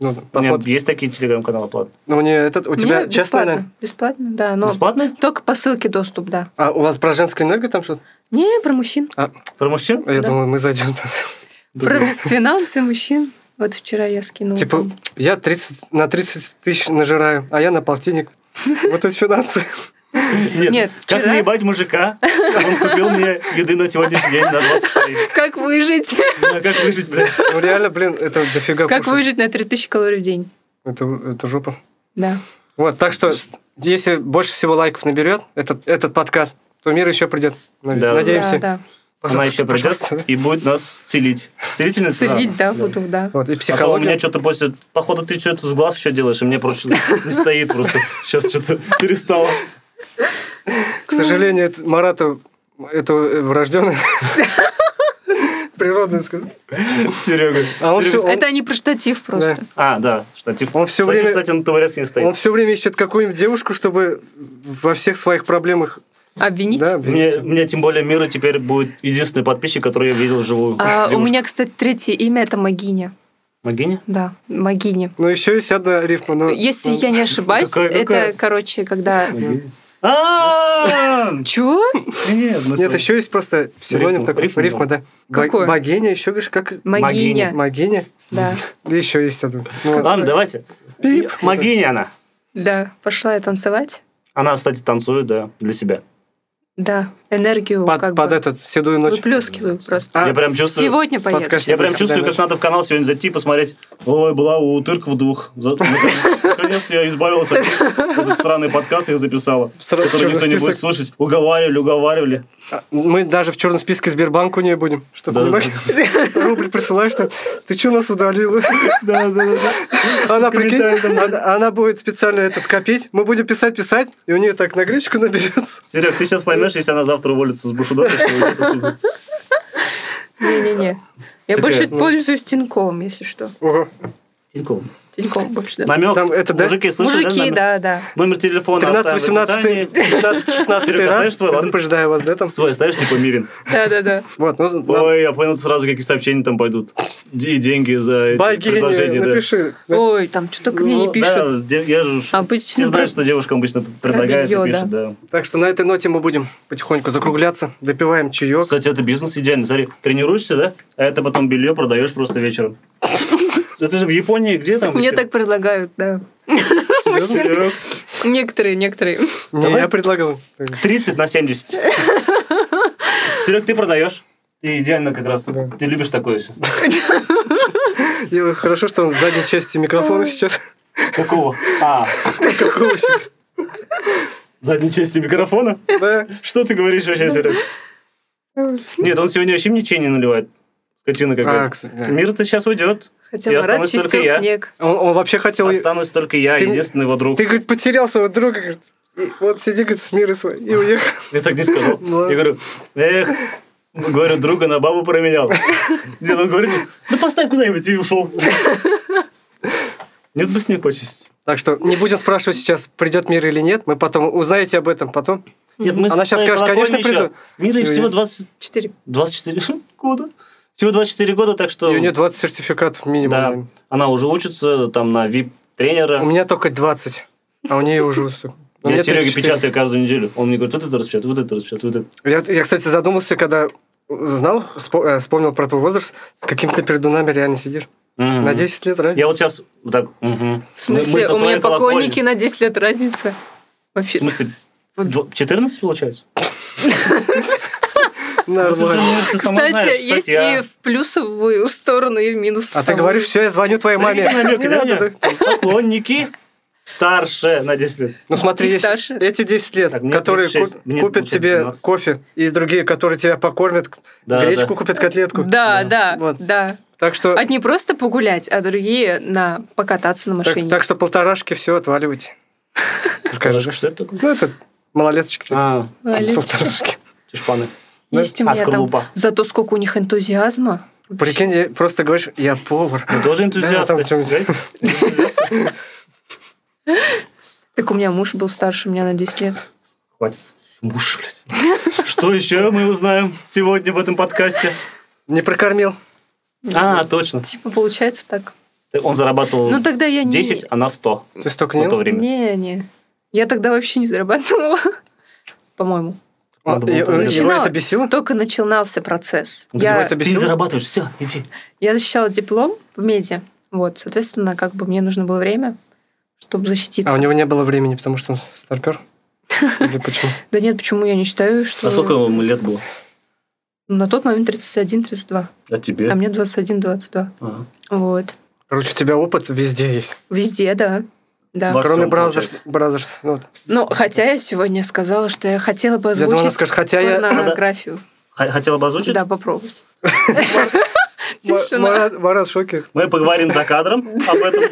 [SPEAKER 4] ну,
[SPEAKER 3] У меня
[SPEAKER 4] посмотрим.
[SPEAKER 3] есть такие телеграм-каналы платные.
[SPEAKER 4] Ну, не этот, у
[SPEAKER 2] Не,
[SPEAKER 4] тебя
[SPEAKER 2] бесплатно,
[SPEAKER 4] честно, наверное?
[SPEAKER 2] бесплатно, да, но
[SPEAKER 3] Бесплатные?
[SPEAKER 2] только по ссылке доступ, да.
[SPEAKER 4] А у вас про женскую энергию там что-то?
[SPEAKER 2] Не, про мужчин,
[SPEAKER 4] А,
[SPEAKER 3] Про мужчин?
[SPEAKER 4] я
[SPEAKER 2] Да.
[SPEAKER 4] думаю, мы зайдем там.
[SPEAKER 2] про финансы мужчин. Вот вчера я скинула.
[SPEAKER 4] Типа,
[SPEAKER 2] Ну, там.
[SPEAKER 4] я 30, на 30 тысяч нажираю, а я на полтинник. Вот эти финансы.
[SPEAKER 2] Нет,
[SPEAKER 3] как
[SPEAKER 2] вчера-
[SPEAKER 3] наебать мужика? Он купил мне еды на сегодняшний день на 20 косарей.
[SPEAKER 2] Как выжить?
[SPEAKER 3] Бля, а Как выжить, блядь?
[SPEAKER 4] Ну реально, блин, это дофига
[SPEAKER 2] Как
[SPEAKER 4] кушать.
[SPEAKER 2] выжить на 3000 калорий в день?
[SPEAKER 4] Это, это жопа.
[SPEAKER 2] Да.
[SPEAKER 4] Вот, так что, с- если больше всего лайков наберет этот, этот подкаст, то мир еще придет. Нав-
[SPEAKER 3] Да, да.
[SPEAKER 4] Надеемся.
[SPEAKER 2] Да, да.
[SPEAKER 3] Она еще придет
[SPEAKER 4] Пожалуйста.
[SPEAKER 3] и будет нас целить. Целительница?
[SPEAKER 2] Целить, да, буду, да.
[SPEAKER 4] Вот,
[SPEAKER 3] А то у
[SPEAKER 4] и
[SPEAKER 3] меня
[SPEAKER 4] психология.
[SPEAKER 3] что-то после... Походу, ты что-то с глаз еще делаешь, и мне просто не стоит просто. Сейчас что-то перестало.
[SPEAKER 4] К сожалению, это, Марату это врожденное. Природное, скажу.
[SPEAKER 3] Серега.
[SPEAKER 4] А он
[SPEAKER 3] Серега,
[SPEAKER 4] всё-
[SPEAKER 2] Это не про штатив просто.
[SPEAKER 3] А, да, штатив.
[SPEAKER 4] Он всё
[SPEAKER 3] Кстати,
[SPEAKER 4] время-
[SPEAKER 3] Кстати, на табуретке не
[SPEAKER 4] Он
[SPEAKER 3] стоит.
[SPEAKER 4] все время ищет какую-нибудь девушку, чтобы во всех своих проблемах...
[SPEAKER 2] Обвинить?
[SPEAKER 4] Да,
[SPEAKER 3] Мне,
[SPEAKER 4] видите.
[SPEAKER 3] мне, тем более, Мира теперь будет единственный подписчик, который я видел вживую.
[SPEAKER 2] А, у
[SPEAKER 3] Девушка.
[SPEAKER 2] меня, кстати, третье имя это Магиня.
[SPEAKER 3] Могиня?
[SPEAKER 2] Да, Магиня.
[SPEAKER 4] Ну, еще есть одна рифма. но-
[SPEAKER 2] Если
[SPEAKER 4] ну,
[SPEAKER 2] я не ошибаюсь,
[SPEAKER 3] Какая- какая?
[SPEAKER 2] это, короче, когда...
[SPEAKER 3] А-а-а!
[SPEAKER 2] Чё?
[SPEAKER 3] Нет, ну, мы с
[SPEAKER 4] Нет,
[SPEAKER 3] вами-
[SPEAKER 4] еще есть просто синоним
[SPEAKER 3] Рифма,
[SPEAKER 4] такой.
[SPEAKER 3] рифма,
[SPEAKER 4] Рифма, да. Бо-
[SPEAKER 2] Какое?
[SPEAKER 4] Богиня, еще говоришь, как...
[SPEAKER 3] Магиня.
[SPEAKER 2] Магиня.
[SPEAKER 4] Магиня.
[SPEAKER 2] Да,
[SPEAKER 4] И еще есть одна. Ну,
[SPEAKER 2] Как-
[SPEAKER 3] Ладно, давайте.
[SPEAKER 4] Пип.
[SPEAKER 3] Могиня она.
[SPEAKER 2] да. Пошла я танцевать.
[SPEAKER 3] Она, кстати, танцует, да, для себя.
[SPEAKER 2] Да, энергию
[SPEAKER 4] под,
[SPEAKER 2] ну, как
[SPEAKER 4] под
[SPEAKER 2] бы Ну,
[SPEAKER 4] этот седую ночь.
[SPEAKER 2] выплескиваю просто.
[SPEAKER 4] А,
[SPEAKER 3] я прям чувствую...
[SPEAKER 2] Сегодня поеду.
[SPEAKER 4] подкаст.
[SPEAKER 3] Я прям
[SPEAKER 4] Да,
[SPEAKER 3] чувствую,
[SPEAKER 4] да,
[SPEAKER 3] как надо в канал сегодня зайти и посмотреть. Ой, была у Тырка в двух. За- Наконец-то я избавилась от этот сраный подкаст, я записала.
[SPEAKER 4] Сразу в
[SPEAKER 3] Который
[SPEAKER 4] черный
[SPEAKER 3] никто не будет
[SPEAKER 4] список.
[SPEAKER 3] слушать. Уговаривали, уговаривали.
[SPEAKER 4] А, Мы даже в черном списке Сбербанк у нее будем. Что
[SPEAKER 3] Да,
[SPEAKER 4] понимаешь? Рубль присылаешь там. Ты что нас удалила?
[SPEAKER 3] Да, да, да.
[SPEAKER 4] Она, прикинь,
[SPEAKER 3] Комментарий там.
[SPEAKER 4] она, она будет специально этот копить. Мы будем писать, писать, и у нее так наклеечка наберется.
[SPEAKER 3] Серег, ты сейчас поймешь, если она завтра уволится с Бушудо. то что уйдет оттуда.
[SPEAKER 2] Не-не-не. Я
[SPEAKER 3] Такая,
[SPEAKER 2] больше
[SPEAKER 3] ну.
[SPEAKER 2] пользуюсь Тиньковым, если что.
[SPEAKER 4] Ого.
[SPEAKER 3] Тинькофф.
[SPEAKER 2] Тиньковым больше, да.
[SPEAKER 3] Намек.
[SPEAKER 4] Там это, да?
[SPEAKER 3] Мужики, слышали?
[SPEAKER 2] Мужики,
[SPEAKER 3] намек?
[SPEAKER 2] да, да.
[SPEAKER 3] Номер телефона
[SPEAKER 4] 13,
[SPEAKER 3] оставим в
[SPEAKER 4] 18,
[SPEAKER 3] описании.
[SPEAKER 4] 15, 16
[SPEAKER 3] Серега, знаешь
[SPEAKER 4] раз.
[SPEAKER 3] свой, ладно?
[SPEAKER 4] Предупреждаю вас, да, там?
[SPEAKER 3] Свой оставишь, типа Мирин.
[SPEAKER 2] Да-да-да.
[SPEAKER 4] Вот, ну, нам-
[SPEAKER 3] Ой, я понял сразу, какие сообщения там пойдут. И деньги за эти
[SPEAKER 4] богиня,
[SPEAKER 3] предложения. да.
[SPEAKER 4] напиши.
[SPEAKER 2] Ой, там что-то ко мне не
[SPEAKER 4] Ну,
[SPEAKER 2] пишут.
[SPEAKER 3] Да, с де- я же ж-
[SPEAKER 2] Обычно
[SPEAKER 3] все знают,
[SPEAKER 2] про-
[SPEAKER 3] что девушкам обычно предлагают
[SPEAKER 2] бельё,
[SPEAKER 3] и пишут, да.
[SPEAKER 4] Так что на этой ноте мы будем потихоньку закругляться, допиваем чаек.
[SPEAKER 3] Кстати, это бизнес идеальный. Смотри, тренируешься, да? А это потом белье продаешь просто вечером. Это же в Японии где там?
[SPEAKER 2] Мне
[SPEAKER 3] ещё?
[SPEAKER 2] так предлагают, да.
[SPEAKER 3] Серьёзно?
[SPEAKER 2] Некоторые, некоторые.
[SPEAKER 4] Не,
[SPEAKER 3] Давай.
[SPEAKER 4] я предлагал.
[SPEAKER 3] 30 на 70. Серег, ты продаешь. Ты идеально как раз.
[SPEAKER 4] Да.
[SPEAKER 3] Ты любишь такое все.
[SPEAKER 4] И Хорошо, что он в задней части микрофона сейчас.
[SPEAKER 3] Какого? А,
[SPEAKER 4] Какого сейчас?
[SPEAKER 3] задней части микрофона?
[SPEAKER 4] Да.
[SPEAKER 3] Что ты говоришь вообще, Серег? Нет, он сегодня вообще мне чай не наливает. Скотина
[SPEAKER 4] А,
[SPEAKER 3] какая-то.
[SPEAKER 4] кстати, да.
[SPEAKER 3] Мир, ты сейчас уйдет.
[SPEAKER 2] Хотя
[SPEAKER 3] Я
[SPEAKER 2] Марат
[SPEAKER 3] останусь только
[SPEAKER 2] чистил
[SPEAKER 3] я.
[SPEAKER 2] снег.
[SPEAKER 4] Он, он вообще хотел...
[SPEAKER 3] Останусь только я,
[SPEAKER 4] Ты-
[SPEAKER 3] единственный его друг.
[SPEAKER 4] Ты, говорит, потерял своего друга, говорит. И Вот сиди, говорит, с мирой свой. И уехал.
[SPEAKER 3] Я так не сказал.
[SPEAKER 4] Ну.
[SPEAKER 3] Я говорю, эх, говорю, друга на бабу променял. Нет, он говорит, да поставь куда-нибудь и ушел. Нет бы снег почистить.
[SPEAKER 4] Так что не будем спрашивать сейчас, придет мир или нет. Мы потом узнаете об этом потом.
[SPEAKER 3] Нет, мы
[SPEAKER 4] Она
[SPEAKER 3] с
[SPEAKER 4] щас
[SPEAKER 3] Саей
[SPEAKER 4] скажет,
[SPEAKER 3] Колокольни
[SPEAKER 4] конечно,
[SPEAKER 3] еще.
[SPEAKER 4] приду.
[SPEAKER 3] Мира и
[SPEAKER 4] Ой.
[SPEAKER 3] всего 20,
[SPEAKER 2] Четыре.
[SPEAKER 3] 24 года. Всего 24 года, так
[SPEAKER 4] И
[SPEAKER 3] что...
[SPEAKER 4] у нее 20 сертификатов
[SPEAKER 3] Да,
[SPEAKER 4] минимум.
[SPEAKER 3] она уже учится там на
[SPEAKER 4] У
[SPEAKER 3] вип-тренера.
[SPEAKER 4] меня только 20, а у нее уже уступ. У
[SPEAKER 3] Я
[SPEAKER 4] меня
[SPEAKER 3] Сереге
[SPEAKER 4] 34.
[SPEAKER 3] печатаю каждую неделю. Он мне говорит, вот это распечатать, вот это распечатать, вот это.
[SPEAKER 4] Я, я, кстати, задумался, когда знал, спо- э, вспомнил про твой возраст, с каким-то перед нами реально сидишь.
[SPEAKER 3] Мгм.
[SPEAKER 4] На 10 лет,
[SPEAKER 3] Я
[SPEAKER 4] раньше.
[SPEAKER 3] вот сейчас вот так... мгм.
[SPEAKER 2] В смысле,
[SPEAKER 3] Мы со
[SPEAKER 2] у
[SPEAKER 3] своей
[SPEAKER 2] меня
[SPEAKER 3] колокольни.
[SPEAKER 2] поклонники на 10 лет разница.
[SPEAKER 3] В
[SPEAKER 2] Вообще.
[SPEAKER 3] смысле,
[SPEAKER 2] Вот.
[SPEAKER 3] дв- 14 получается?
[SPEAKER 4] Нормально.
[SPEAKER 3] ты сама
[SPEAKER 2] Кстати,
[SPEAKER 3] знаешь,
[SPEAKER 2] есть
[SPEAKER 3] статья.
[SPEAKER 2] и в плюсовую сторону, и в минус.
[SPEAKER 4] А ты говоришь, все, я звоню твоей маме.
[SPEAKER 3] Смотри, намёки,
[SPEAKER 4] Не
[SPEAKER 3] да,
[SPEAKER 4] надо,
[SPEAKER 3] у меня?
[SPEAKER 4] да.
[SPEAKER 3] Поклонники старше на 10 лет.
[SPEAKER 4] Ну смотри,
[SPEAKER 2] И
[SPEAKER 4] если
[SPEAKER 2] старше.
[SPEAKER 4] эти 10 лет,
[SPEAKER 3] Так, мне
[SPEAKER 4] которые
[SPEAKER 3] 36,
[SPEAKER 4] ку-
[SPEAKER 3] мне
[SPEAKER 4] купят
[SPEAKER 3] получается
[SPEAKER 4] тебе
[SPEAKER 3] 12.
[SPEAKER 4] кофе, и другие, которые тебя покормят,
[SPEAKER 3] Да,
[SPEAKER 4] гречку
[SPEAKER 3] да.
[SPEAKER 4] купят, котлетку.
[SPEAKER 2] Да, да,
[SPEAKER 4] Вот.
[SPEAKER 2] да.
[SPEAKER 4] Так что,
[SPEAKER 2] Одни просто погулять, а другие на покататься на
[SPEAKER 4] так,
[SPEAKER 2] машине.
[SPEAKER 4] так что полторашки все отваливайте. Скажешь,
[SPEAKER 3] Что это такое?
[SPEAKER 4] ну это малолеточки.
[SPEAKER 3] А,
[SPEAKER 2] Валить.
[SPEAKER 4] Полторашки.
[SPEAKER 3] эти шпаны.
[SPEAKER 2] Есть у
[SPEAKER 3] А,
[SPEAKER 2] меня там.
[SPEAKER 3] скорлупа.
[SPEAKER 2] Зато сколько у них энтузиазма.
[SPEAKER 4] Прикинь, я- просто говоришь, я повар.
[SPEAKER 3] Мы тоже энтузиасты.
[SPEAKER 4] там что-нибудь.
[SPEAKER 3] знаете? Энтузиасты.
[SPEAKER 2] Так у меня муж был старше меня на 10 лет.
[SPEAKER 3] Хватит. Муж, блядь. Что еще мы узнаем сегодня в этом подкасте?
[SPEAKER 4] Не прокормил.
[SPEAKER 3] А, точно.
[SPEAKER 2] Типа получается так.
[SPEAKER 3] Он зарабатывал
[SPEAKER 2] Ну тогда я не...
[SPEAKER 3] 10, а на 100
[SPEAKER 4] Ты столько не
[SPEAKER 3] в то
[SPEAKER 4] ел?
[SPEAKER 3] время.
[SPEAKER 2] Не, не. Я тогда вообще не зарабатывала. По-моему.
[SPEAKER 3] Надо
[SPEAKER 4] Е-
[SPEAKER 3] было тогда делать.
[SPEAKER 4] Его
[SPEAKER 2] Начинала.
[SPEAKER 4] это бесило?
[SPEAKER 2] Только начинался процесс.
[SPEAKER 4] Его
[SPEAKER 2] Я, Э,
[SPEAKER 4] это
[SPEAKER 3] Ты
[SPEAKER 4] бесило?
[SPEAKER 3] зарабатываешь, все, иди.
[SPEAKER 2] я защищала диплом в меди. Вот, соответственно, как бы мне нужно было время, чтобы защититься.
[SPEAKER 4] А у него не было времени, потому что он старпер. Или почему?
[SPEAKER 2] Да нет, почему я не считаю, что...
[SPEAKER 3] А сколько вам лет было?
[SPEAKER 2] На тот момент 31-32,
[SPEAKER 3] А
[SPEAKER 2] а
[SPEAKER 3] тебе? А.
[SPEAKER 2] мне 21-22.
[SPEAKER 3] Ага.
[SPEAKER 2] Вот.
[SPEAKER 4] Короче, у тебя опыт везде есть.
[SPEAKER 2] Везде, да. Да.
[SPEAKER 3] Во
[SPEAKER 4] Кроме
[SPEAKER 3] всем,
[SPEAKER 4] Бразерс.
[SPEAKER 3] получается.
[SPEAKER 4] Бразерс. Ну,
[SPEAKER 2] Ну, хотя я сегодня сказала, что я хотела бы
[SPEAKER 4] Я думал, она
[SPEAKER 2] озвучить
[SPEAKER 4] скажет, «Хотя я-»
[SPEAKER 2] порнографию.
[SPEAKER 3] Х- Хотела бы озвучить?
[SPEAKER 2] Да, попробовать.
[SPEAKER 4] Ма-
[SPEAKER 2] Тишина.
[SPEAKER 4] Марат Марат в шоке.
[SPEAKER 3] Мы поговорим за кадром об этом.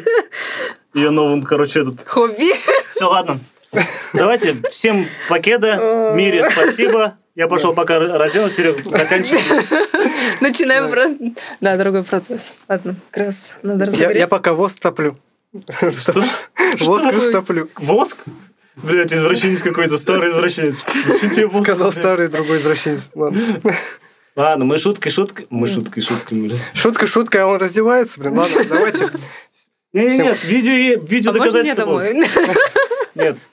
[SPEAKER 3] Ее новым, короче, этот.
[SPEAKER 2] Хобби.
[SPEAKER 3] Все, ладно. Давайте всем покеда. Мире спасибо. Я пошел пока раздену, Серег, заканчивай.
[SPEAKER 2] Начинаем просто... Да, другой процесс. Ладно, как раз надо
[SPEAKER 4] Я, я
[SPEAKER 2] разогреться.
[SPEAKER 4] пока воск топлю.
[SPEAKER 3] Что ж,
[SPEAKER 4] Воск
[SPEAKER 2] такое?
[SPEAKER 4] растоплю.
[SPEAKER 3] Воск? Блять, извращенец какой-то, старый извращенец. Зачем тебе воск?
[SPEAKER 4] Сказал
[SPEAKER 3] блядь?
[SPEAKER 4] старый другой извращенец. Ладно.
[SPEAKER 3] Ладно, мы шуткой, шуткой. Мы шуткой, шуткой, блядь.
[SPEAKER 4] Шутка, шутка, а он раздевается. Блин, ладно, давайте.
[SPEAKER 3] Не,
[SPEAKER 4] Всем-
[SPEAKER 3] нет, видео, видео
[SPEAKER 2] А можно мне
[SPEAKER 3] доказательства. будут.
[SPEAKER 2] домой?
[SPEAKER 3] Нет.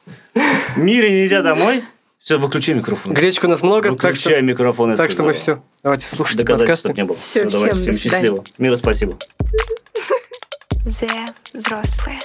[SPEAKER 3] Мире нельзя домой. Все, выключи микрофон.
[SPEAKER 4] Гречку у нас много, так
[SPEAKER 3] Выключай
[SPEAKER 4] что,
[SPEAKER 3] микрофон, я
[SPEAKER 4] так что мы
[SPEAKER 3] Ну, сказал.
[SPEAKER 4] все. Давайте слушайте
[SPEAKER 3] Доказательств
[SPEAKER 4] подкасты.
[SPEAKER 3] тут не было.
[SPEAKER 2] Всё,
[SPEAKER 3] Всё, давайте,
[SPEAKER 2] всем
[SPEAKER 3] всем
[SPEAKER 2] до свидания.
[SPEAKER 3] счастливо. Мира, спасибо.
[SPEAKER 1] The взрослые.